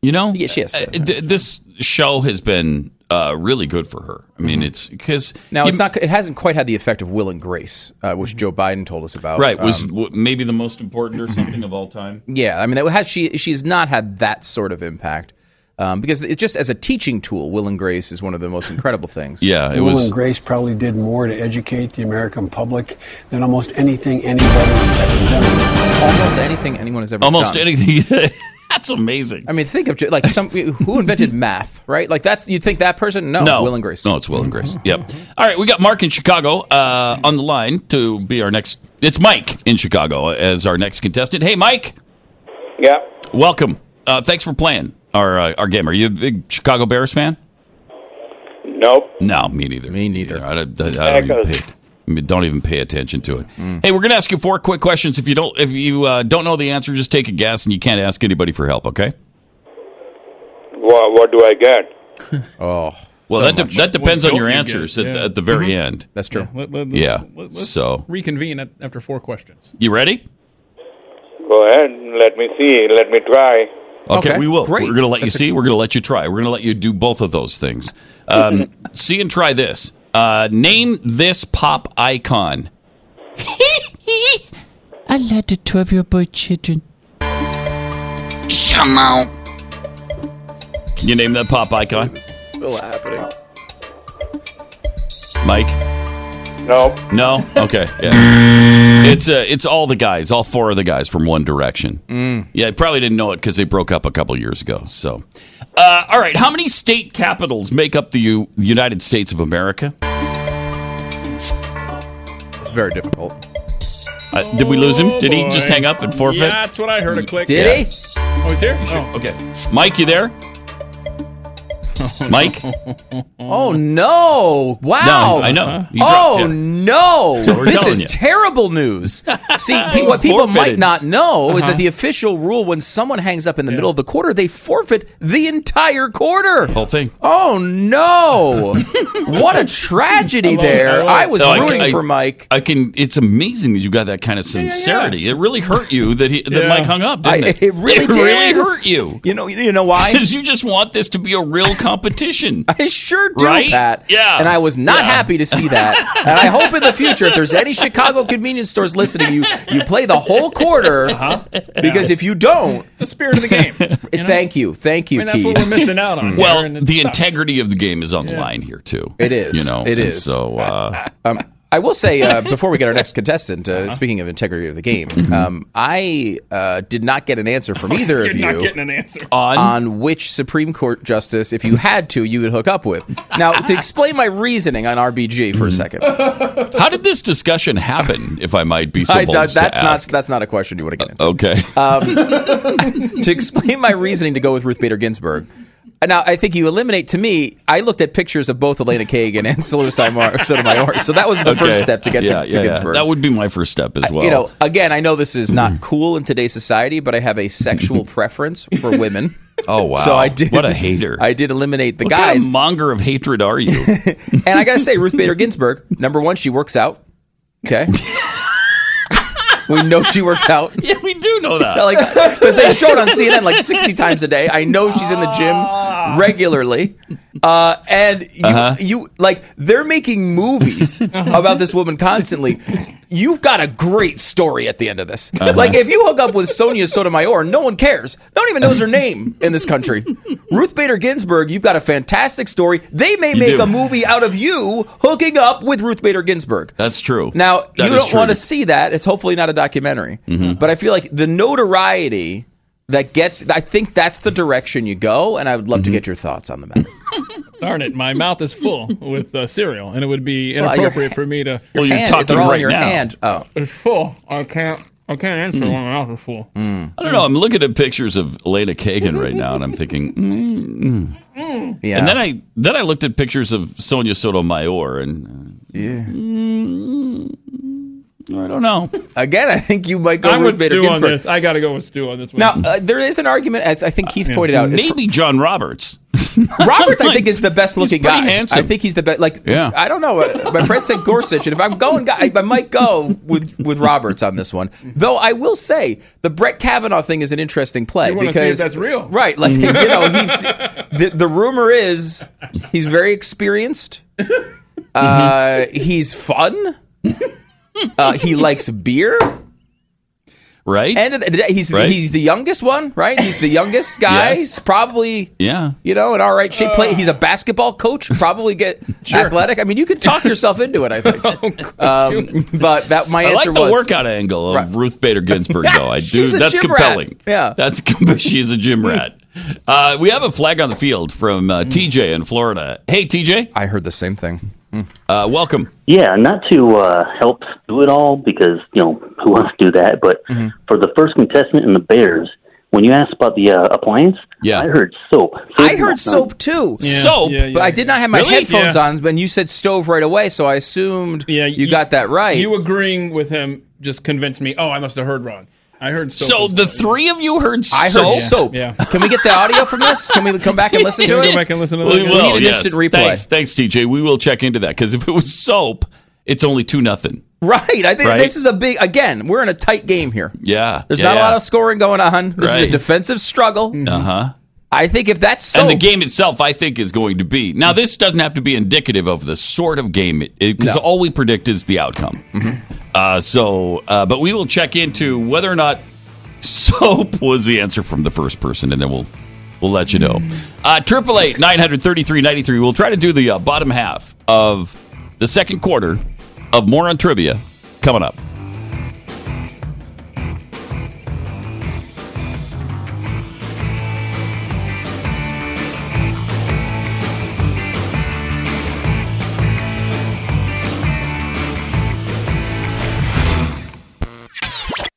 You know, yeah, she is. Uh, th- this show has been uh, really good for her. I Mm-hmm. mean, it's because Now it's not. It hasn't quite had the effect of will and grace, uh, which Joe Biden told us about. Mm-hmm. right was Um, w- maybe the most important or something of all time. yeah, I mean, that has she? She's not had that sort of impact um, because it just as a teaching tool, will and grace is one of the most incredible things. Yeah, Will and Grace probably did more to educate the American public than almost anything anybody's ever done. almost anything anyone has ever Almost done. anything. That's amazing. I mean, think of ju- like some who invented math, right? Like that's you'd think that person. No, no, will and grace. No, it's Will and Grace. Yep. All right, we got Mark in Chicago uh, on the line to be our next. It's Mike in Chicago as our next contestant. Hey, Mike. Yeah. Welcome. Uh, thanks for playing our uh, our game. Are you a big Chicago Bears fan? Nope. No, me neither. Me neither. I, don't- I don't, even Echoes. pay, I mean, don't even pay attention to it. Mm. Hey, we're gonna ask you four quick questions. If you don't if you uh, don't know the answer, just take a guess, and you can't ask anybody for help. Okay. What, what do I get? Oh. So Well, that, de- much. that depends What on don't your you get? answers at, the, Yeah. at the very Mhm. end. That's Yeah, let, us yeah. Let, us so, reconvene at, after four questions. you ready? Go ahead. Let me see. Let me try. Okay, we will. Great. We're going to let you see. We're going to let you try. We're going to let you do both of those things. Um, see and try this. Uh, name this pop icon. I led the 12 year old boy children. Come out. Can you name that pop icon, Still happening. Mike? No. No. Okay. Yeah. it's uh, it's all the guys, all four of the guys from One Direction. Mm. Yeah, I probably didn't know it because they broke up a couple years ago. So, uh, all right, how many state capitals make up the U- the United States of America? It's very difficult. Uh, did we lose him? Oh, Did he boy. just hang up and forfeit? Yeah, that's what I heard. A click. Did yeah. he? Oh, he's here. Oh. Okay. Mike, you there? Mike? Oh no! Wow! No, I know. You oh dropped, yeah. no! So we're this telling is you. terrible news. See, pe- what people might Forfeited. not know is Uh-huh. that the official rule when someone hangs up in the middle of the quarter, they forfeit the entire quarter, whole thing. Oh no! what a tragedy! There, I was No, rooting I- for Mike. I can. It's amazing that you got that kind of sincerity. It really hurt you that he, that Yeah. Mike hung up, didn't I- it? it really it really did. hurt you. You know, you know why? Because you just want this to be a real competition. I sure do, right? Pat. Yeah. And I was not Yeah. happy to see that. and I hope in the future, if there's any Chicago convenience stores listening, you you play the whole quarter because if you don't, Uh-huh. The spirit of the game. thank you, thank you, I mean, that's Keith. Mm-hmm. what we're missing out on. here, Well, and it the sucks. integrity of the game is on the Yeah. line here too. It is. You know. It and is. So uh, Um, I will say uh, before we get our next contestant, uh, Uh-huh. speaking of integrity of the game, Mm-hmm. um, I uh, did not get an answer from either Oh, You're of you. not getting an answer. on? which Supreme Court justice, if you had to, you would hook up with. Now, to explain my reasoning on RBG Mm-hmm. for a second, how did this discussion happen? If I might be so I- bold as that's to not ask? that's not a question you want to get into. Okay. Um, to explain my reasoning to go with Ruth Bader Ginsburg. Now, I think you eliminate to me. I looked at pictures of both Elena Kagan and Sotomayor, Sotomayor, so that was the Okay. first step to get Yeah, to, yeah, to yeah. Ginsburg. That would be my first step as well. Hmm. You know, again, I know this is not cool in today's society, but I have a sexual preference for women. Oh wow! So I did. What a hater! I did eliminate the What kind guys. of monger of hatred are you? and I gotta say, Ruth Bader Ginsburg. Number one, she works out. Okay. we know she works out. yeah, we do know that. like because they show it on CNN like sixty times a day. I know she's in the Ah. gym regularly, uh, and you, Uh-huh. you like they're making movies about this woman constantly. You've got a great story at the end of this. Uh-huh. Like if you hook up with Sonia Sotomayor, no one cares. No one even knows her name in this country. Ruth Bader Ginsburg, you've got a fantastic story. They may You make do. a movie out of you hooking up with Ruth Bader Ginsburg. That's true. Now That you is don't true. want to see that. It's hopefully not a documentary, Mm-hmm. but I feel like the notoriety that gets. I think that's the direction you go, and I would Mm-hmm. love to get your thoughts on the matter. Darn it, my mouth is full with uh, cereal, and it would be Well, your inappropriate for me to. your Well, you're hand- talking they're all in right your now. hand. Oh. It's full. I can't. I can't answer Mm. when my mouth is full. I don't know. I'm looking at pictures of Elena Kagan right now, and I'm thinking. Hmm. mm, mm. Yeah. And then I then I looked at pictures of Sonia Sotomayor, and uh, yeah, I don't know. Again, I think you might go I'm Ruth with Bader Stu on Ginsburg. this. I got to go with Stu on this one. Uh, Now uh, there is an argument, as I think Keith yeah. pointed out. maybe John Roberts. Roberts, I think, is the best looking pretty guy. handsome. I think he's the best. Like, Yeah. I don't know. Uh, My friend said Gorsuch, and if I'm going, I, I might go with with Roberts on this one. Though I will say the Brett Kavanaugh thing is an interesting play You wanna because see if that's real. right? Like, you Mm. know, he's the, the rumor is he's very experienced. Mm-hmm. Uh, he's fun. Uh, he likes beer. Right. And of the day, he's Right. he's the youngest one, right? He's the youngest guy. Yes. He's probably Yeah. you know, in all right shape. Play. He's a basketball coach. Probably get athletic. I mean, you could talk yourself into it. I think. um, but that my Oh, I like answer the was workout angle of Ruth Bader Ginsburg, though. I do. She's a that's gym rat. compelling. Yeah. Mm. that's she's a gym rat. Uh, we have a flag on the field from uh, TJ in Florida. Hey, TJ. I heard the same thing. Uh, welcome. Yeah, not to uh, help do it all because you know who wants to do that. But Mm-hmm. for the first contestant in the Bears, when you asked about the uh, appliance, yeah. I heard soap. I heard soap too. Yeah, soap, yeah, yeah, but I did not have my Really? headphones Yeah. on. When you said stove right away, so I assumed you, got that right. You agreeing with him just convinced me. Oh, I must have heard wrong. I heard soap. So was- the three of you heard I heard soap. soap. Yeah. Can we get the audio from this? Can we come back and listen to Can we it? go back and listen to We that? will, need an yes. instant replay. Thanks, thanks, TJ. We will check into that because if it was soap, it's only two nothing. Right. I think Right? this is a big. Again, we're in a tight game here. Yeah, There's yeah, not a lot yeah. of scoring going on. This is Right. a defensive struggle. Uh-huh. Uh huh. I think if that's Mm. soap, And the game itself, I think, is going to be. Now, this doesn't have to be indicative of the sort of game, because No. all we predict is the outcome. Mm-hmm. Uh, so, uh, but we will check into whether or not soap was the answer from the first person, and then we'll we'll let you Mm. know. Uh, Triple eight nine hundred thirty three ninety three. We'll try to do the uh, bottom half of the second quarter of more on trivia coming up.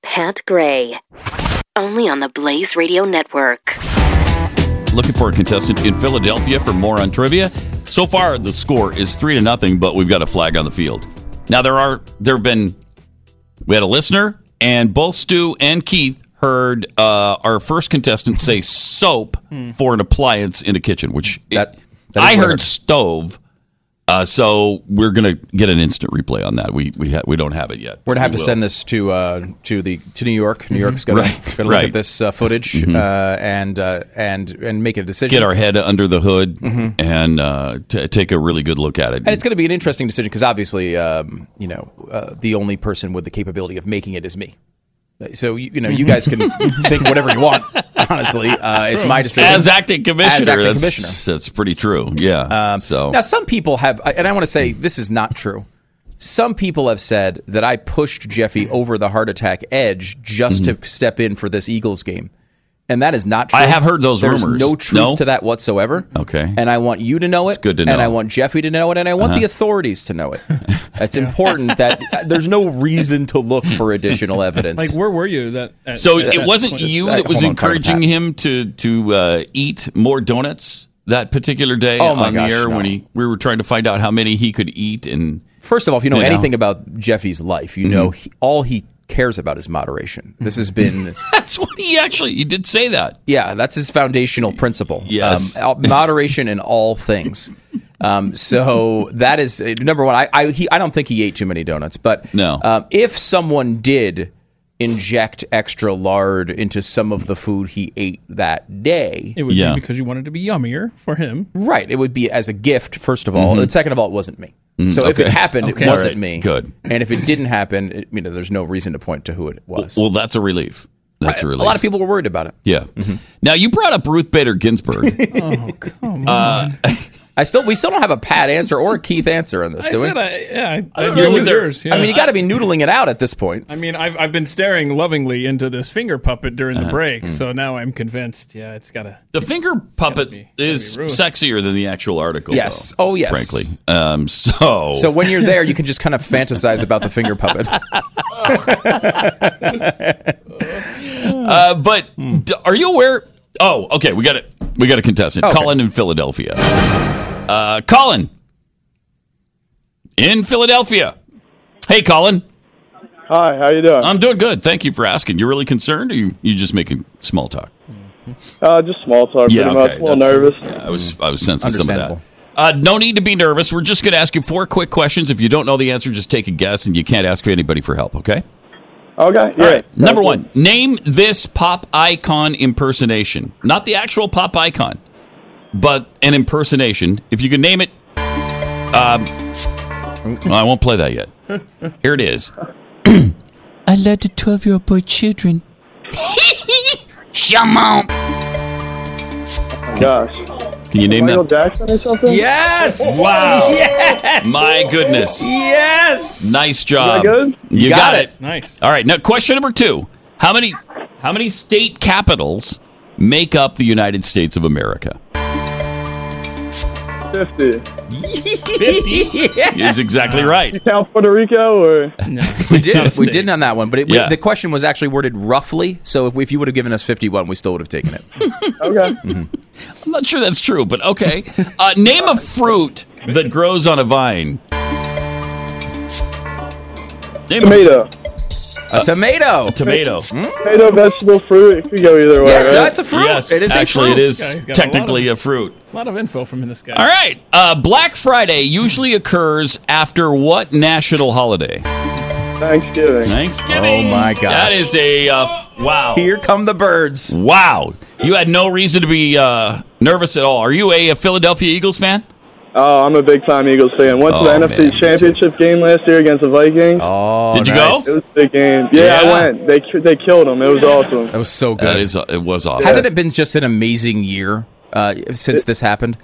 Pat Gray. Only on the Blaze Radio Network. looking for a contestant in Philadelphia for more on trivia. So far, the score is three to nothing, but we've got a flag on the field. Now there are there have been we had a listener, and both Stu and Keith heard uh, our first contestant say soap for an appliance in a kitchen, which it- Hmm. that is I what I heard, heard. stove. Uh, so we're gonna get an instant replay on that. We we ha- we don't have it yet. We're gonna have We to will. send this to uh, to the to New York. New York's gonna, Right, gonna look Mm-hmm. right. at this uh, footage Mhm. uh, and uh, and and make a decision. Mm-hmm. get our head under the hood and uh, t- take a really good look at it. and it's going to be an interesting decision because obviously, um, you know, uh, the only person with the capability of making it is me. So you, you know, you guys can think whatever you want. Honestly, uh, it's my decision Mm-hmm. As acting commissioner. As acting that's, commissioner. Um, That's pretty true. Yeah. so Now, some people have, and I want to say this is not true. Some people have said that I pushed Jeffy over the heart attack edge just to step in for this Eagles game. And that is not true. Mm-hmm. I have heard those There's rumors. no truth No? to that whatsoever. Okay. And I want you to know it. It's good to And know. I want Jeffy to know it. And I want Uh-huh. the authorities to know it. It's important that there's no reason to look for additional evidence. Like, where were you? That at- so at it that wasn't point? you that was Uh, hold on, Carter, encouraging Pat. him to to uh, eat more donuts that particular day Oh, my on gosh, the air no. when he we were trying to find out how many he could eat and First of all, if you know You know. anything about Jeffy's life, you know Mhm. he, all he cares about is moderation. This has been That's what he actually he did say that. Yeah, that's his foundational principle. Yes. um, al- moderation in all things. Um, so that is uh, number one. I I, he, I don't think he ate too many donuts, but no. Um, if someone did inject extra lard into some of the food he ate that day, It would be because you wanted to be yummier for him. Right. It would be as a gift, first of all. Mm-hmm. Mhm. And second of all, it wasn't me. Mm, so if it okay. happened, Okay. it wasn't Alright, me. good. And if it didn't happen, it, you know, there's no reason to point to who it was. Well, that's a relief. That's a a relief. lot of people were worried about it. Yeah. Now you brought up Ruth Bader Ginsburg. Oh, Uh, I still, we still don't have a Pat answer or a Keith answer on this, I do we? said I, yeah, I, I don't don't know know either. yours. I mean, you got to be noodling it out at this point. I mean, I've, I've been staring lovingly into this finger puppet during the Uh-huh. break, Mm. so now I'm convinced. Yeah, it's gotta. The finger puppet is Ruth. sexier than the actual article. Yes. though, Oh, yes. Frankly. Um. So. So when you're there, you can just kind of fantasize about the finger puppet. Uh, but d- are you aware? Oh, okay. We got it. We got a contestant, Colin in Philadelphia. Uh, Colin in Philadelphia. Hey, Colin. Hi. How you doing? I'm doing good. Thank you for asking. You're really concerned, or you you just making small talk? Uh, just small talk, pretty Yeah, much. okay, A little that's- nervous. I was I was sensing some of that. Understandable. Uh, no need to be nervous. We're just going to ask you four quick questions. If you don't know the answer, just take a guess, and you can't ask anybody for help. Okay. Okay. Yeah. Number one, name this pop icon impersonation. Not the actual pop icon, but an impersonation. If you can name it, um, well, I won't play that yet. Here it is. I love the 12 year old boy children. Shamo. Gosh. Can you name Michael that? Jackson or something? Oh, Yes. Wow. Yes. My goodness. Yes. Nice job. Is that good? You got, Got it. it. Nice. All right. Now, question number two: How many how many state capitals make up the United States of America? 50. 50? Is exactly right. You count Puerto Rico or? No. We did. We didn't on that one, but it, we- Yeah. the question was actually worded roughly. So if, if you would have given us 51, we still would have taken it. Okay. I'm not sure that's true, but okay. Uh, name a fruit that grows on a vine. Name Tomato. a- A tomato. tomato. Hmm? Tomato, vegetable, fruit. It could go either way, Yes, right? that's a fruit. Yes, It is a actually, fruit. it is This guy's got technically lot a fruit. A lot of info from this guy. All right. Uh, Black Friday usually occurs after what national holiday? Thanksgiving. Thanksgiving. Oh my gosh. That is a uh, wow. Here come the birds. Wow. You had no reason to be uh, nervous at all. Are you a, Philadelphia Eagles fan? Oh, I'm a big time Eagles fan. Went Oh, to the NFC Championship game last year against the Vikings. Oh, Did you nice. go? It was a big game. Yeah, Yeah. I went. They ki- they killed them. It was awesome. That was so good. That is uh, it was awesome. Hasn't it been just an amazing year uh, since this happened?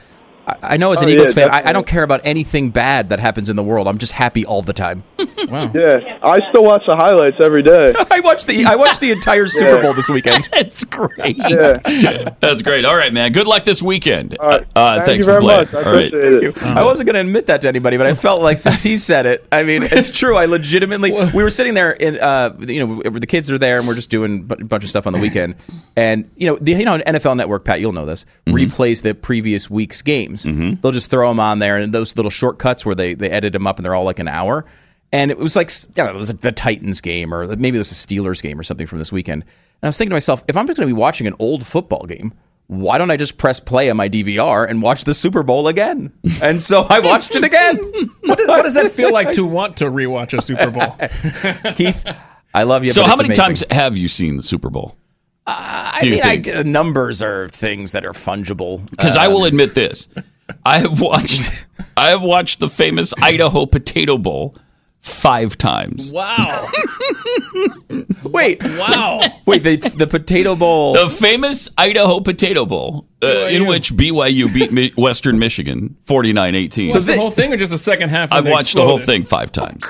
I, I know as Oh, an yeah, Eagles fan, I, I definitely. don't care about anything bad that happens in the world. I'm just happy all the time. Yeah, I still watch the highlights every day. I watched the I watched the entire Super Bowl this weekend. That's great. Yeah. That's great. All right, man. Good luck this weekend. right. uh, Thank thanks you very for playing. much. I All right. appreciate it. I wasn't going to admit that to anybody, but I felt like since he said it, I mean, it's true. I legitimately, we were sitting there, and uh, you know, we- the kids are there, and we're just doing a bunch of stuff on the weekend, and you know, the you know, NFL Network, Pat, you'll know this, Mm-hmm. replays the previous week's games. They'll just throw them on there, and those little shortcuts where they they edit them up, and they're all like an hour. And it was like, I don't know, it was the Titans game, or maybe it was a Steelers game or something from this weekend. And I was thinking to myself, if I'm just going to be watching an old football game, why don't I just press play on my DVR and watch the Super Bowl again? And so I watched it again. What, is, what does that feel like to want to rewatch a Super Bowl? Keith, I love you. so, but how it's many amazing. times have you seen the Super Bowl? I do you mean, I think? g- numbers are things that are fungible. Because I Um, will admit this, I have watched, I have watched the famous Idaho Potato Bowl five times. Wow. wait. Wow. Wait, the the Potato Bowl. The famous Idaho Potato Bowl, uh, in which BYU beat Mi- Western Michigan 49-18. so the whole thing or just the second half? when I've they watched the whole thing exploded? five times.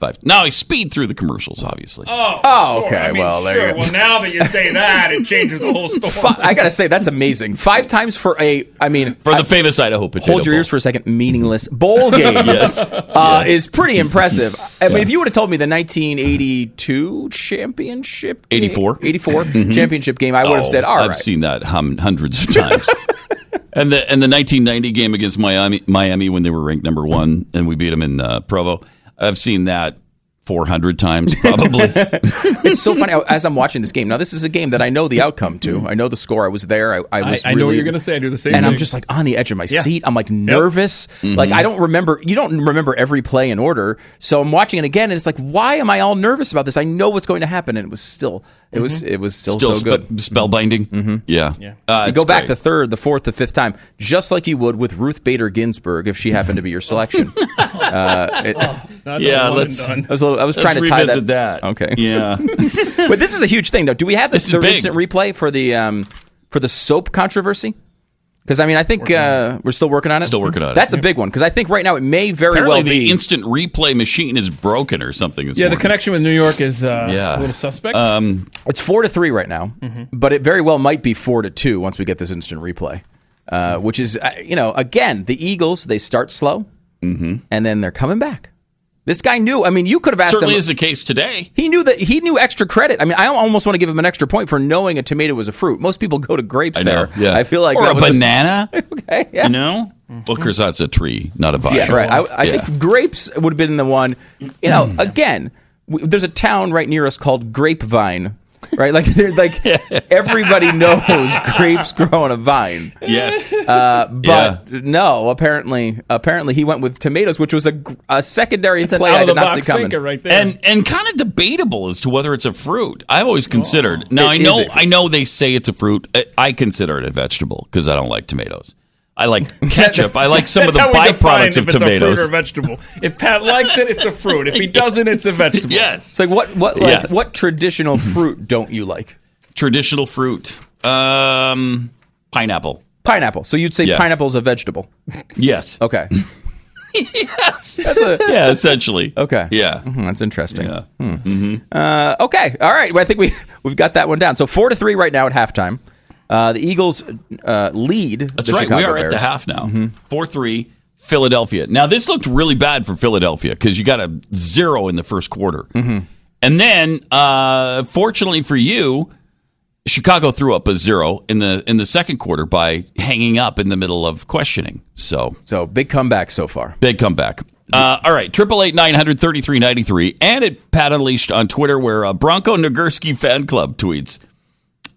Five. Now I speed through the commercials, obviously. Oh, Oh, sure. okay, I mean, well, there sure. you go. Well, now that you say that, it changes the whole story. Fi- I gotta say that's amazing. Five times for a, I mean, For I- the famous Idaho Potato hold your Bowl. ears for a second. Meaningless bowl game, Yes. uh, is pretty impressive. I mean, if you would have told me the 1982 championship, game- 84. 84 championship game, I would have Mm-hmm. Oh, said, all I've right. seen that hum- hundreds of times. and the and the 1990 game against Miami, Miami when they were ranked number one and we beat them in uh, Provo. I've seen that 400 times probably. it's so funny as I'm watching this game. Now, this is a game that I know the outcome to. I know the score. I was there. I, I Mm. I, was. I know what really- you're going to say. I do the same and thing. I'm just like on the edge of my Yeah. seat. I'm like Yep. nervous. Mhm. Like I don't remember. You don't remember every play in order. So I'm watching it again, and it's like, why am I all nervous about this? I know what's going to happen, and it was still. It was. Mm-hmm. It was still, so spe- good. spellbinding. Mm-hmm. Yeah. yeah. you go back the third, the fourth, the fifth time, just like you would with Ruth Bader Ginsburg if she happened to be your selection. uh, it- Oh, That's a Yeah, one and let's- done. I was, a little- I was let's trying to tie revisit that. Okay. Yeah. but this is a huge thing, though. Do we have this, This the is big. instant replay for the um, for the soap controversy? Because I mean, I think uh, we're still working on it. Still working on it. That's a big one because I think right now it may very Apparently well the be. instant replay machine is broken or something. this yeah, the morning. connection with New York is uh, Yeah. a little suspect. Um, it's four to three right now, Mm-hmm. but it very well might be four to two once we get this instant replay, Mm-hmm. uh, which is uh, you know again the Eagles they start slow Mm-hmm. and then they're coming back. This guy knew. I mean, you could have asked certainly him. is the case today. He knew that he knew extra credit. I mean, I almost want to give him an extra point for knowing a tomato was a fruit. Most people go to grapes I know. there. Yeah. I feel like or that a was banana. okay, yeah. You know, well, 'cause that's a tree, not a vine. Yeah, right. I, I Yeah. Mm. think grapes would have been the one. You know, again, w- there's a town right near us called Grapevine. Right, like they're like everybody knows grapes grow on a vine. Yes, uh, but no. Apparently, apparently he went with tomatoes, which was a, gr- a secondary play I did not see coming. And and kind of debatable as to whether it's a fruit. I've always considered. Now I Oh. It is know a fruit. I know they say it's a fruit. I, I consider it a vegetable because I don't like tomatoes. I like ketchup. I like some of That's the how we define byproducts if of it's A tomatoes. fruit or a vegetable. If Pat likes it, it's a fruit. If he doesn't, it's a vegetable. yes. It's like what what like, Yes. what traditional fruit don't you like? Traditional fruit, um, pineapple. Pineapple. So you'd say Yeah. pineapple's a vegetable. Yes. Okay. yes. That's a, yeah, essentially. Okay. Mm-hmm, Yeah. that's interesting. Yeah. Hmm. hmm Uh, okay. All right. Well, I think we we've got that one down. So four to three right now at halftime. Uh, the Eagles uh, lead. That's the right. we Chicago are at the Bears. Mm-hmm. half now. 4 3, Philadelphia. Now, this looked really bad for Philadelphia because you got a zero in the first quarter. Mm-hmm. And then, uh, fortunately for you, Chicago threw up a zero in the in the second quarter by hanging up in the middle of questioning. So, so big comeback so far. Big comeback. Uh, all right, triple eight nine hundred thirty three ninety three, and at Pat Unleashed on Twitter, where uh, Bronco Nagurski fan club tweets,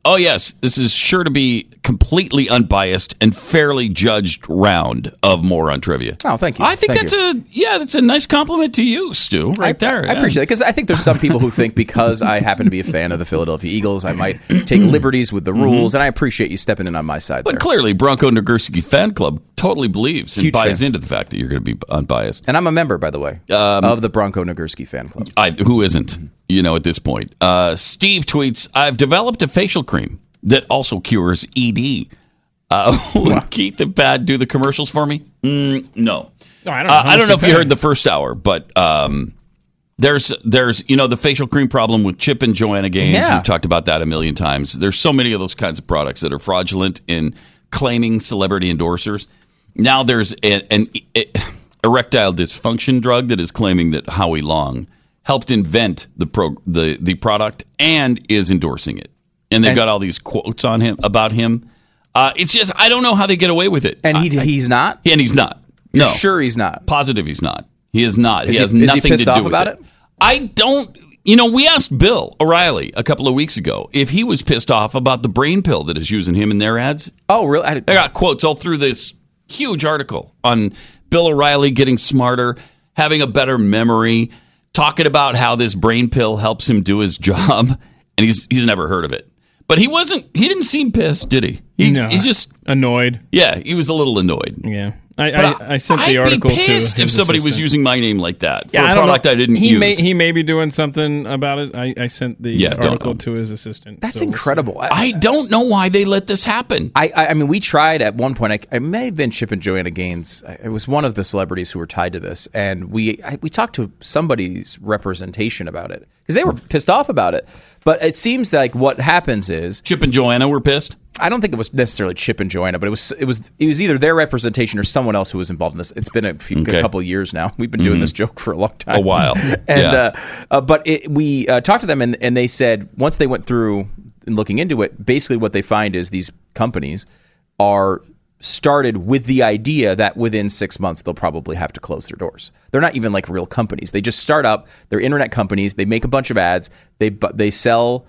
"Oh yes, this is sure to be completely unbiased and fairly judged round of moron trivia." Oh, thank you. I think Thank that's you. a yeah, that's a nice compliment to you, Stu. Right there. I appreciate it because I think there's some people who think because I happen to be a fan of the Philadelphia Eagles, I might take liberties with the Mm-hmm. rules, and I appreciate you stepping in on my side. But clearly, Bronco Nagurski fan club totally believes and Huge buys fan. into the fact that you're going to be unbiased. And I'm a member, by the way, um, of the Bronco Nagurski fan club. I, who isn't, you know, at this point. Uh, Steve tweets, I've developed a facial cream that also cures ED. Uh, would Keith and Pat do the commercials for me? Mm, no. No, I don't know Uh, how I don't know much you if you pay. heard the first hour, but um, there's, there's you know, the facial cream problem with Chip and Joanna Gaines. Yeah. We've talked about that a million times. There's so many of those kinds of products that are fraudulent in claiming celebrity endorsers. Now there's an, an e- e- erectile dysfunction drug that is claiming that Howie Long helped invent the pro, the the product and is endorsing it, and they've And- got all these quotes on him about him. Uh, it's just I don't know how they get away with it. And he, I- I- he's not. and he's not. You're no, sure he's not. Positive he's not. He is not. Is he he- has is he nothing pissed to do off with about it. it? I don't. You know, we asked Bill O'Reilly a couple of weeks ago if he was pissed off about the brain pill that is using him in their ads. Oh, really? I, got quotes all through this huge article on Bill O'Reilly getting smarter, having a better memory, talking about how this brain pill helps him do his job, and he's he's never heard of it. But he wasn't. He didn't seem pissed, did he? He, No. he just annoyed. Yeah, he was a little annoyed. Yeah, I, But I, I sent I'd the article be pissed to if his somebody was assistant. using my name like that for Yeah, a I don't product know. I didn't he use. May, he may be doing something about it. I, I sent the Yeah, don't article know. to his assistant. That's so we'll see. incredible. I, don't know why they let this happen. I, I, I mean, we tried at one point. I, I may have been Chip and Joanna Gaines. I- It was one of the celebrities who were tied to this, and we I, we talked to somebody's representation about it because they were pissed off about it. But it seems like what happens is Chip and Joanna were pissed. I don't think it was necessarily Chip and Joanna, but it was it was it was either their representation or someone else who was involved in this. It's been a, few, Okay. a couple years now. We've been doing Mhm. this joke for a long time, A while. and Yeah. uh, uh, but it, we uh, talked to them, and, and they said once they went through and looking into it, basically what they find is these companies are started with the idea that within six months they'll probably have to close their doors. They're not even like real companies. They just start up. They're internet companies. They make a bunch of ads. They bu- they sell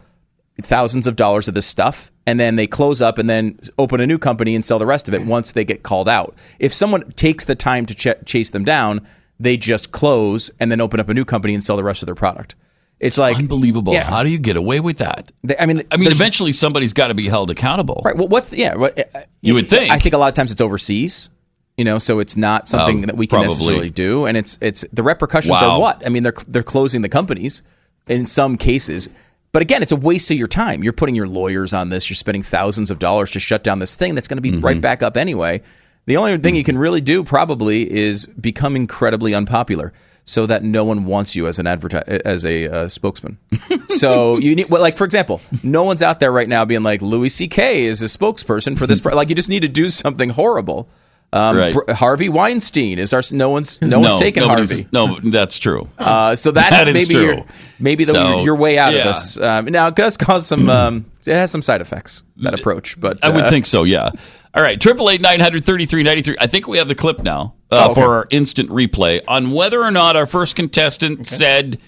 thousands of dollars of this stuff and then they close up and then open a new company and sell the rest of it once they get called out. If someone takes the time to ch- chase them down, they just close and then open up a new company and sell the rest of their product. It's like unbelievable. How do you get away with that? I mean, I mean, there's- eventually somebody's got to be held accountable. Right. Well, what's the, yeah? What, uh, You would think. I think a lot of times it's overseas. You know, so it's not something Um, that we can probably. necessarily do, and it's it's the repercussions Wow. are what? I mean, they're they're closing the companies in some cases, but again, it's a waste of your time. You're putting your lawyers on this. You're spending thousands of dollars to shut down this thing that's going to be Mm-hmm. right back up anyway. The only thing you can really do probably is become incredibly unpopular, so that no one wants you as an adverti- as a uh, spokesman. So you need, well, like for example, no one's out there right now being like Louis C.K. is a spokesperson for this. Pro-. Like you just need to do something horrible. Um, Right. Br- Harvey Weinstein is our. No one's. No, one's taken nobody's- Harvey. No, that's true. Uh, so that's That is maybe true. Your, maybe the, So, your, your way out yeah. Mm. of this. Um, now it does cause some. Um, it has some side effects that approach, but I would uh, think so. Yeah. All right. Triple eight nine hundred thirty three ninety three. I think we have the clip now Oh, uh, okay. for our instant replay on whether or not our first contestant said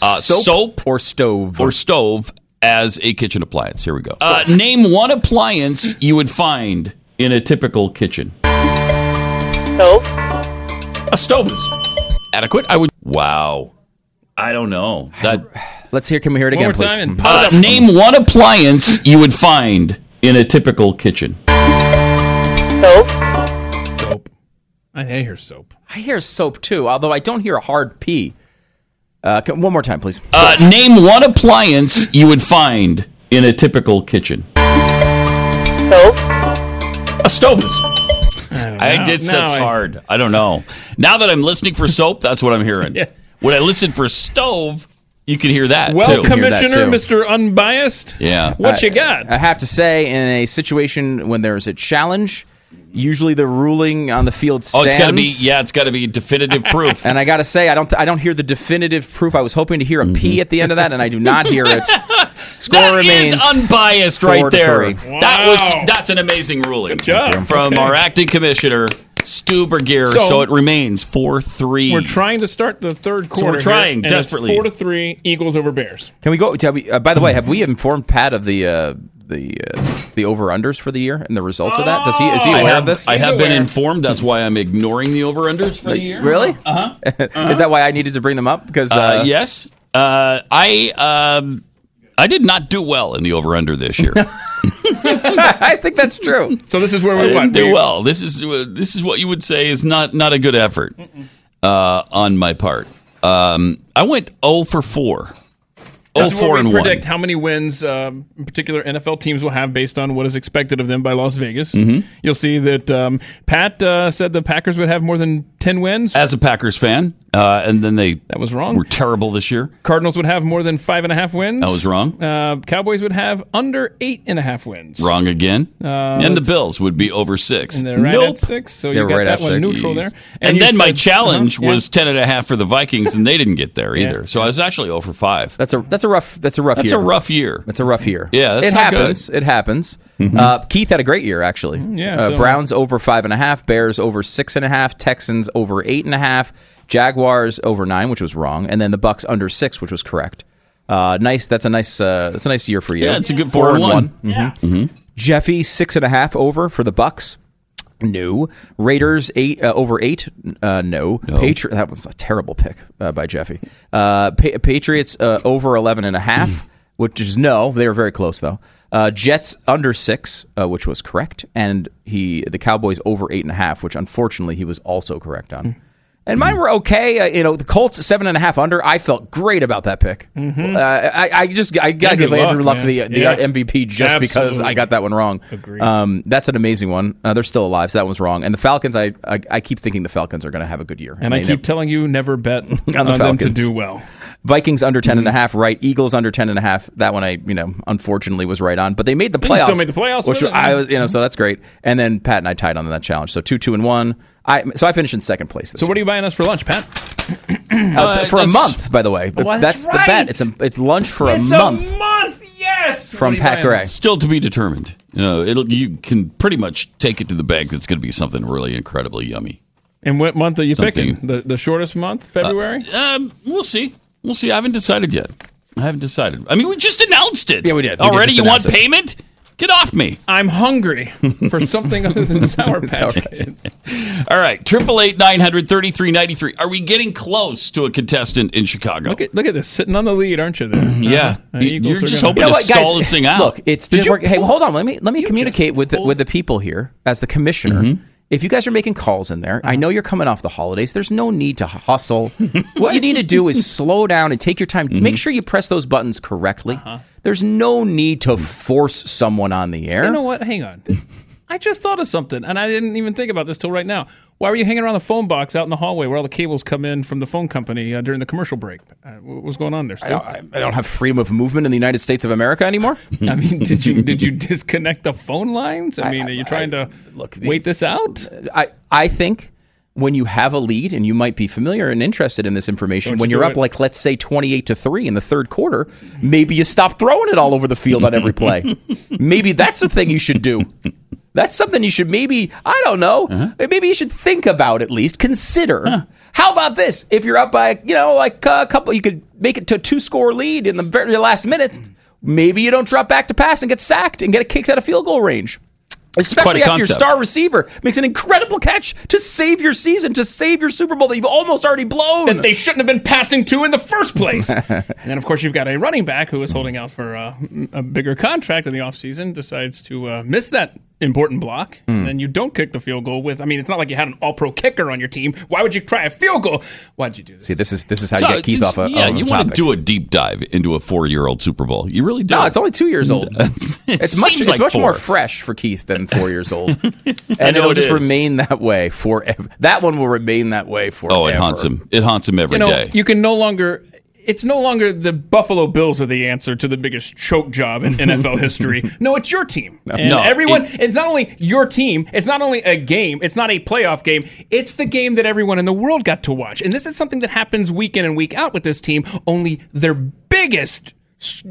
uh, Soap soap, or stove or stove as a kitchen appliance. Here we go. Uh, name one appliance you would find in a typical kitchen. Soap. A stove is adequate. I would. Wow. I don't know. That, Uh, Let's hear. Can we hear it One again, more please? Mm-hmm. time and pop it up. name one appliance you would find in a typical kitchen. Soap. I hear soap. I hear soap too, although I don't hear a hard P. Uh, c- one more time, please. Uh, name one appliance you would find in a typical kitchen. Soap. A stove is. I know. did Now sense I- hard. I don't know. Now that I'm listening for soap, that's what I'm hearing. When I listen for stove, you can hear that. Well, too. Commissioner, Mr. Unbiased. Yeah. What you I- got? I have to say, in a situation when there's a challenge, usually the ruling on the field Oh, stands. it's got to be. Yeah, it's got to be definitive proof. And I got to say, I don't, th- I don't hear the definitive proof. I was hoping to hear a P at the end of that, and I do not hear it. Score Mm-hmm. That is remains unbiased four right to there. three. That was that's an amazing ruling. Good job. From Okay. our acting commissioner, Stu Bergier. So, So- it remains four three. We're trying to start the third So quarter. we're here, trying and it's desperately. four to three, Eagles over Bears. Can we go? Have we, uh, by the way, have Mm-hmm. we informed Pat of the uh, the uh, the over unders for the year and the results of that? Does he is he I aware have, of this? I have been informed. That's why I'm ignoring the over unders for the year. Really? Uh-huh. is that why I needed to bring them up? Because Uh, yes. Uh, I um, I did not do well in the over under this year. I think that's true. So this is where I we didn't went. do well. This is uh, this is what you would say is not not a good effort uh, on my part. Um, I went 0 for 4. 0 This is 4 where we Oh, and 1. predict how many wins um, particular NFL teams will have based on what is expected of them by Las Vegas. Mm-hmm. You'll see that um, Pat uh, said the Packers would have more than ten wins. As a Packers fan, uh, and then they that was wrong. Were terrible this year. Cardinals would have more than five and a half wins. That was wrong. Uh, Cowboys would have under eight and a half wins. Wrong again. Uh, and the let's- Bills would be over six. And they're right nope. at six, so They're you got right at that one six. neutral there. And, then you my said- challenge uh-huh, yeah. was ten and a half for the Vikings, and they didn't get there either. So I was actually over five. That's a that's a rough that's a rough That's year. a rough year. That's a rough year. Yeah, that's it not good. Mm-hmm. happens. It happens. Uh, Keith had a great year actually. Mm, yeah, Uh, so- Browns over five and a half. Bears over six and a half. Texans over eight and a half. Jaguars over nine, which was wrong, and then the Bucks under six, which was correct. Uh, nice. That's a nice. Uh, that's a nice year for you. Yeah, it's a good four and one. Mhm. Jeffy six and a half over for the Bucks. No Raiders eight uh, over eight. Uh, no, Patri- that was a terrible pick uh, by Jeffy. Uh, pa- Patriots uh, over eleven and a half, which is no. They were very close though. Uh, Jets under six, uh, which was correct, and he the Cowboys over eight and a half, which unfortunately he was also correct on. And mine were okay. Uh, you know, the Colts seven and a half under. I felt great about that pick. Mm. Uh, I, I just I gotta Andrew give Andrew Mm-hmm. Luck, Luck, the man. the Yeah. MVP just because I Absolutely. got that one wrong. Um, that's an amazing one. Uh, they're still alive, so that one's wrong. And the Falcons, I I, I keep thinking the Falcons are going to have a good year. And I they keep telling you, never bet never- on, the them to Falcons. do well. Vikings under 10 and a half, right? Eagles under 10 and a half. That one I, you know, unfortunately was right on, but they made the They playoffs. still made the playoffs which with it. I was, you know, so that's great. And then Pat and I tied on that challenge. So 2 2 and 1. I so I finished in second place this So what are you buying us for lunch, Pat? year. Uh, Uh, for a that's- month, by the way. But Well, that's that's the bet. right. It's a it's lunch for a month. month, yes. From Pat Gray. Still to be determined. Uh, it'll you can pretty much take it to the bank. That's going to be something really incredibly yummy. And what month are you Something- picking? The the shortest month, February. um, we'll see. We'll see. I haven't decided yet. I haven't decided. I mean, we just announced it. Yeah, we did. We did Already, just you want announce it. payment? Get off me. I'm hungry for something other than sour patch. All right, triple eight nine hundred thirty three ninety three. Are we getting close to a contestant in Chicago? Look at look at this, sitting on the lead, aren't you? There. Yeah. Uh, You- Eagles you're are just gonna- hoping You know to what, guys? stall this thing out. Look, it's Did Jim. you Work- hey, pull- hold on. Let me let me communicate with the, with the people here as the commissioner. Mm-hmm. If you guys are making calls in there, Uh-huh. I know you're coming off the holidays. There's no need to hustle. what you need to do is slow down and take your time. Mm-hmm. Make sure you press those buttons correctly. Uh-huh. There's no need to force someone on the air. You know what? Hang on. I just thought of something, and I didn't even think about this till right now. Why were you hanging around the phone box out in the hallway where all the cables come in from the phone company uh, during the commercial break? Uh, what was going on there? I Stu? don't, I, I don't have freedom of movement in the United States of America anymore. I mean, did you did you disconnect the phone lines? I mean, are you trying to look wait this out? I, I think when you have a lead and you might be familiar and interested in this information, Don't when you you're do up it. like let's say twenty eight to three in the third quarter, maybe you stop throwing it all over the field on every play. maybe that's the thing you should do. That's something you should maybe I don't know. Uh-huh. Maybe you should think about at least consider. How about this? If you're up by you know like a couple, you could make it to a two score lead in the very last minutes. Maybe you don't drop back to pass and get sacked and get kicked out of field goal range. quite Especially a after your concept. star receiver makes an incredible catch to save your season, to save your Super Bowl that you've almost already blown. That they shouldn't have been passing to in the first place. and then, of course, you've got a running back who is holding out for uh, a bigger contract in the offseason, decides to uh, miss that important block. Hmm. And then you don't kick the field goal with. I mean, it's not like you had an all pro kicker on your team. Why would you try a field goal? Why'd you do this? See, this is this is So it's- Yeah, you want to do a deep dive into a four-year-old Super Bowl. You really do. No, it's only two years old. it's much, seems it's like much more four. fresh for Keith than four years old, I and know it'll it just is. remain that way forever. That one will remain that way forever. Oh, it haunts him. It haunts him every you day. know, you can no longer. It's no longer the Buffalo Bills are the answer to the biggest choke job in NFL history. No, it's your team. No. And No, everyone, it's not only your team, it's not only a game, it's not a playoff game, it's the game that everyone in the world got to watch. And this is something that happens week in and week out with this team, only their biggest s-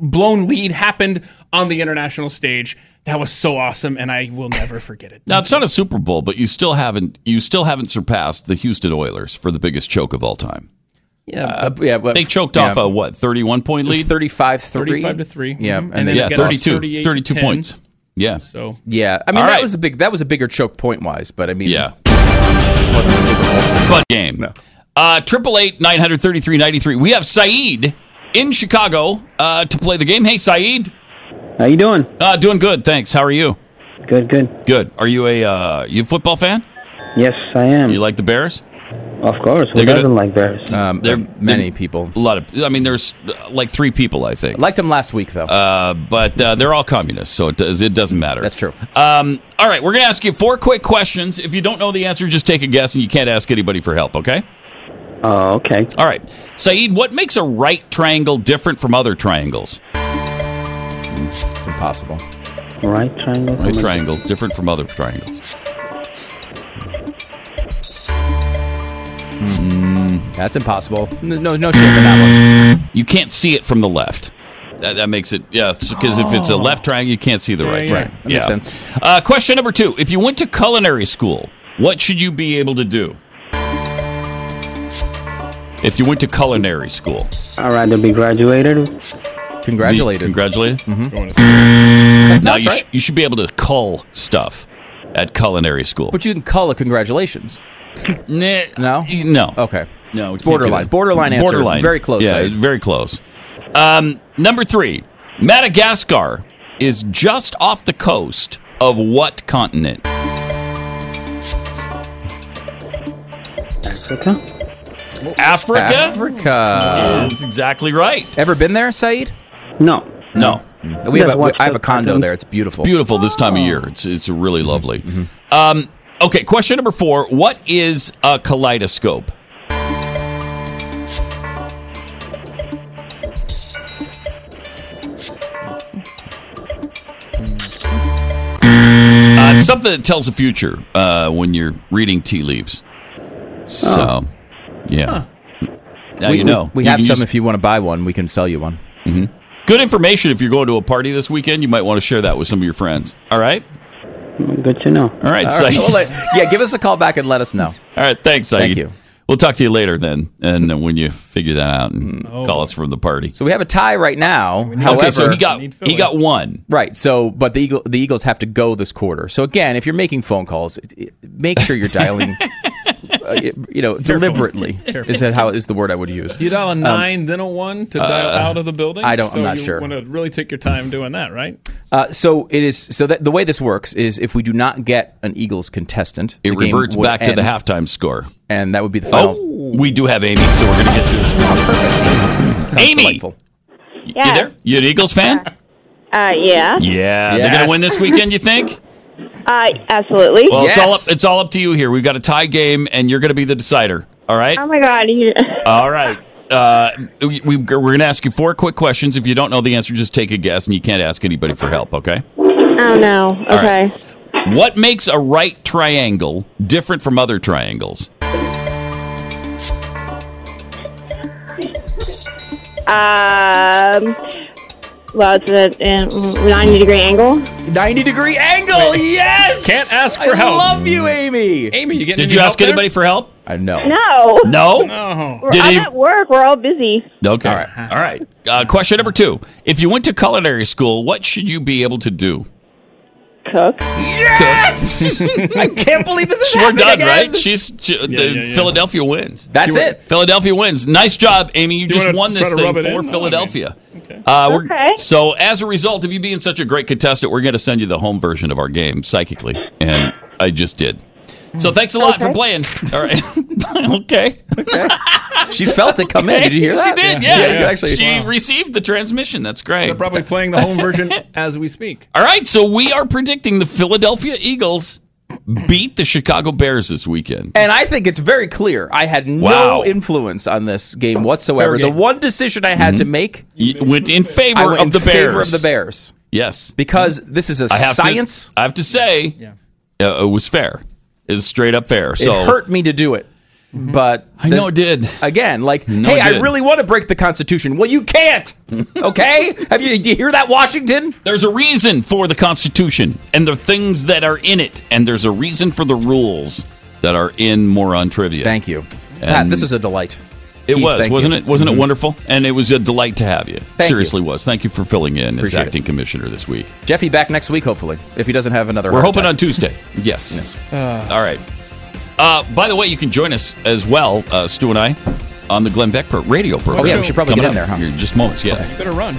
blown lead happened on the international stage. That was so awesome, and I will never forget it. Now it's not a Super Bowl, but you still haven't you still haven't surpassed the Houston Oilers for the biggest choke of all time. Yeah, yeah, Uh, but, They choked yeah. off a what thirty one point It was lead, 35-3. 35 to three. Yeah, and and, then then they yeah, got lost 32, 38 to 32 10. points. Yeah, so Yeah, I mean All that right. was a big that was a bigger choke point wise, but I mean yeah, wasn't the Super Bowl. but game. Uh, Triple eight nine hundred thirty three ninety three. We have Saeed in Chicago uh, to play the game. Hey, Saeed, how you doing? Uh, doing good, thanks. How are you? Good, good, good. Are you a uh, you a football fan? Yes, I am. You like the Bears? Of course, who doesn't like Bears? Um, there many people. A lot of. I mean, there's uh, like three people. I think liked them last week though. Uh, but uh, they're all communists, so it does. It doesn't matter. That's true. Um, all right, we're gonna ask you four quick questions. If you don't know the answer, just take a guess, and you can't ask anybody for help. Okay. Oh, okay. All right, Saeed, what makes a right triangle different from other triangles? It's impossible. Right triangle. Right triangle different from other triangles. Mm-hmm. That's impossible. No, no shame in that one. You can't see it from the left. That, that makes it yeah, because if it's a Oh. left triangle, you can't see the Yeah, right. yeah. triangle. Right. That makes sense. Uh, question number two: If you went to culinary school, what should you be able to do? If you went to culinary school, All right, to be graduated. congratulated, congratulated. Mm-hmm. Mm. Now you, sh- you should be able to cull stuff at culinary school. But you can call it congratulations. no, no, okay, no, It's borderline. Borderline answer. borderline, Very close, Yeah, Saeed. it's very close. Um, number three, Madagascar is just off the coast of what continent? Africa. Africa. Africa. That's exactly right. Uh, Ever been there, Saeed? No. No. Mm-hmm. We have a, we, I have a condo there. It's beautiful. Mm-hmm. Beautiful this time of year. It's it's really lovely. Um, okay, question number four. What is a kaleidoscope? Uh, it's something that tells the future uh, when you're reading tea leaves. So, yeah. Now we, you know. We, we have can some use- if you want to buy one. We can sell you one. Mm-hmm. Good information if you're going to a party this weekend. You might want to share that with some of your friends. All right? Mm-hmm. Good to know. All right, Saeed. we'll let- yeah, give us a call back and let us know. All right. Thanks, Saeed. Thank you. We'll talk to you later then, and then when you figure that out and Mm-hmm. call us from the party. So we have a tie right now. However, okay, so he got he got one. Right. So, but the Eagle, the Eagles have to go this quarter. So again, if you're making phone calls, it- it- make sure you're dialing. uh, you know, deliberately Careful. is that how is the word I would use? You dial a Um, nine, then a one to dial uh, out of the building. I don't- I'm So not you sure. Want to really take your time doing that, right? Uh, so it is. So that the way this works is, if we do not get an Eagles contestant, It the game reverts would back to end, the halftime score. and that would be the final. Oh, we do have Amy, so we're going to get to this. Amy, you Yeah. there? You an Eagles fan? Uh, yeah. Yeah, they're going to win this weekend. You think? Uh, absolutely. Well, it's all up, it's all up to you here. We've got a tie game, and you're going to be the decider. All right. Oh my God! you- All right. Uh, we, we- we're going to ask you four quick questions. If you don't know the answer, just take a guess, and you can't ask anybody for help. Okay. Oh no. All Okay. right. What makes a right triangle different from other triangles? Um. Well, it's a uh, ninety degree angle. 90 degree angle. Yes. Can't ask for I help. love you, Amy. Uh, Amy, you getting Did any you help ask there? anybody for help? I know. No. No. No. We're, Did I'm he- at work. We're all busy. Okay. All right. All right. Uh, question number two: If you went to culinary school, what should you be able to do? Cook. Yes. I can't believe this is We're happening done, again. right? She's she, the yeah, yeah. Philadelphia wins. That's Do you- it. Philadelphia wins. Nice job, Amy. You, Do you just wanna won this try to thing rub for it in? No, I mean, Philadelphia. Uh, we're- Okay. So, as a result of you being such a great contestant, we're going to send you the home version of our game psychically, and I just did. So, thanks a lot for Okay. playing. All right. okay. She felt it come in. Did you hear that? She did. Yeah. you Actually, she received the transmission. That's great. They're probably playing the home version as we speak. All right, so we are predicting the Philadelphia Eagles beat the Chicago Bears this weekend. And I think it's very clear. I had no Wow. influence on this game whatsoever. Fair game. The one decision I had to make Y- went in favor I went of in the Bears. favor of the Bears Yes, because this is a I have science. To, I have to say, uh, it was fair. It was straight up fair. So It hurt me to do it, but I know it did. Again, like, know hey, it I did. really want to break the Constitution. Well, you can't. Okay, have you? Do you hear that, Washington? There's a reason for the Constitution and the things that are in it, and there's a reason for the rules that are in Moron Trivia. Thank you, Pat. This was a delight. It Keith, was, thank wasn't you. it? Wasn't Mhm. it wonderful? And it was a delight to have you. Thank Seriously, was. Thank you for filling in as Appreciate it. acting commissioner this week. Jeffy back next week, hopefully, if he doesn't have another. We're heart hoping attack. on Tuesday. Yes. All right. Uh, by the way, you can join us as well, uh, Stu and I, on the Glenn Beck pro- radio program. Oh, yeah, we should probably Coming get in up there, huh? here in just moments. Yes. You better run.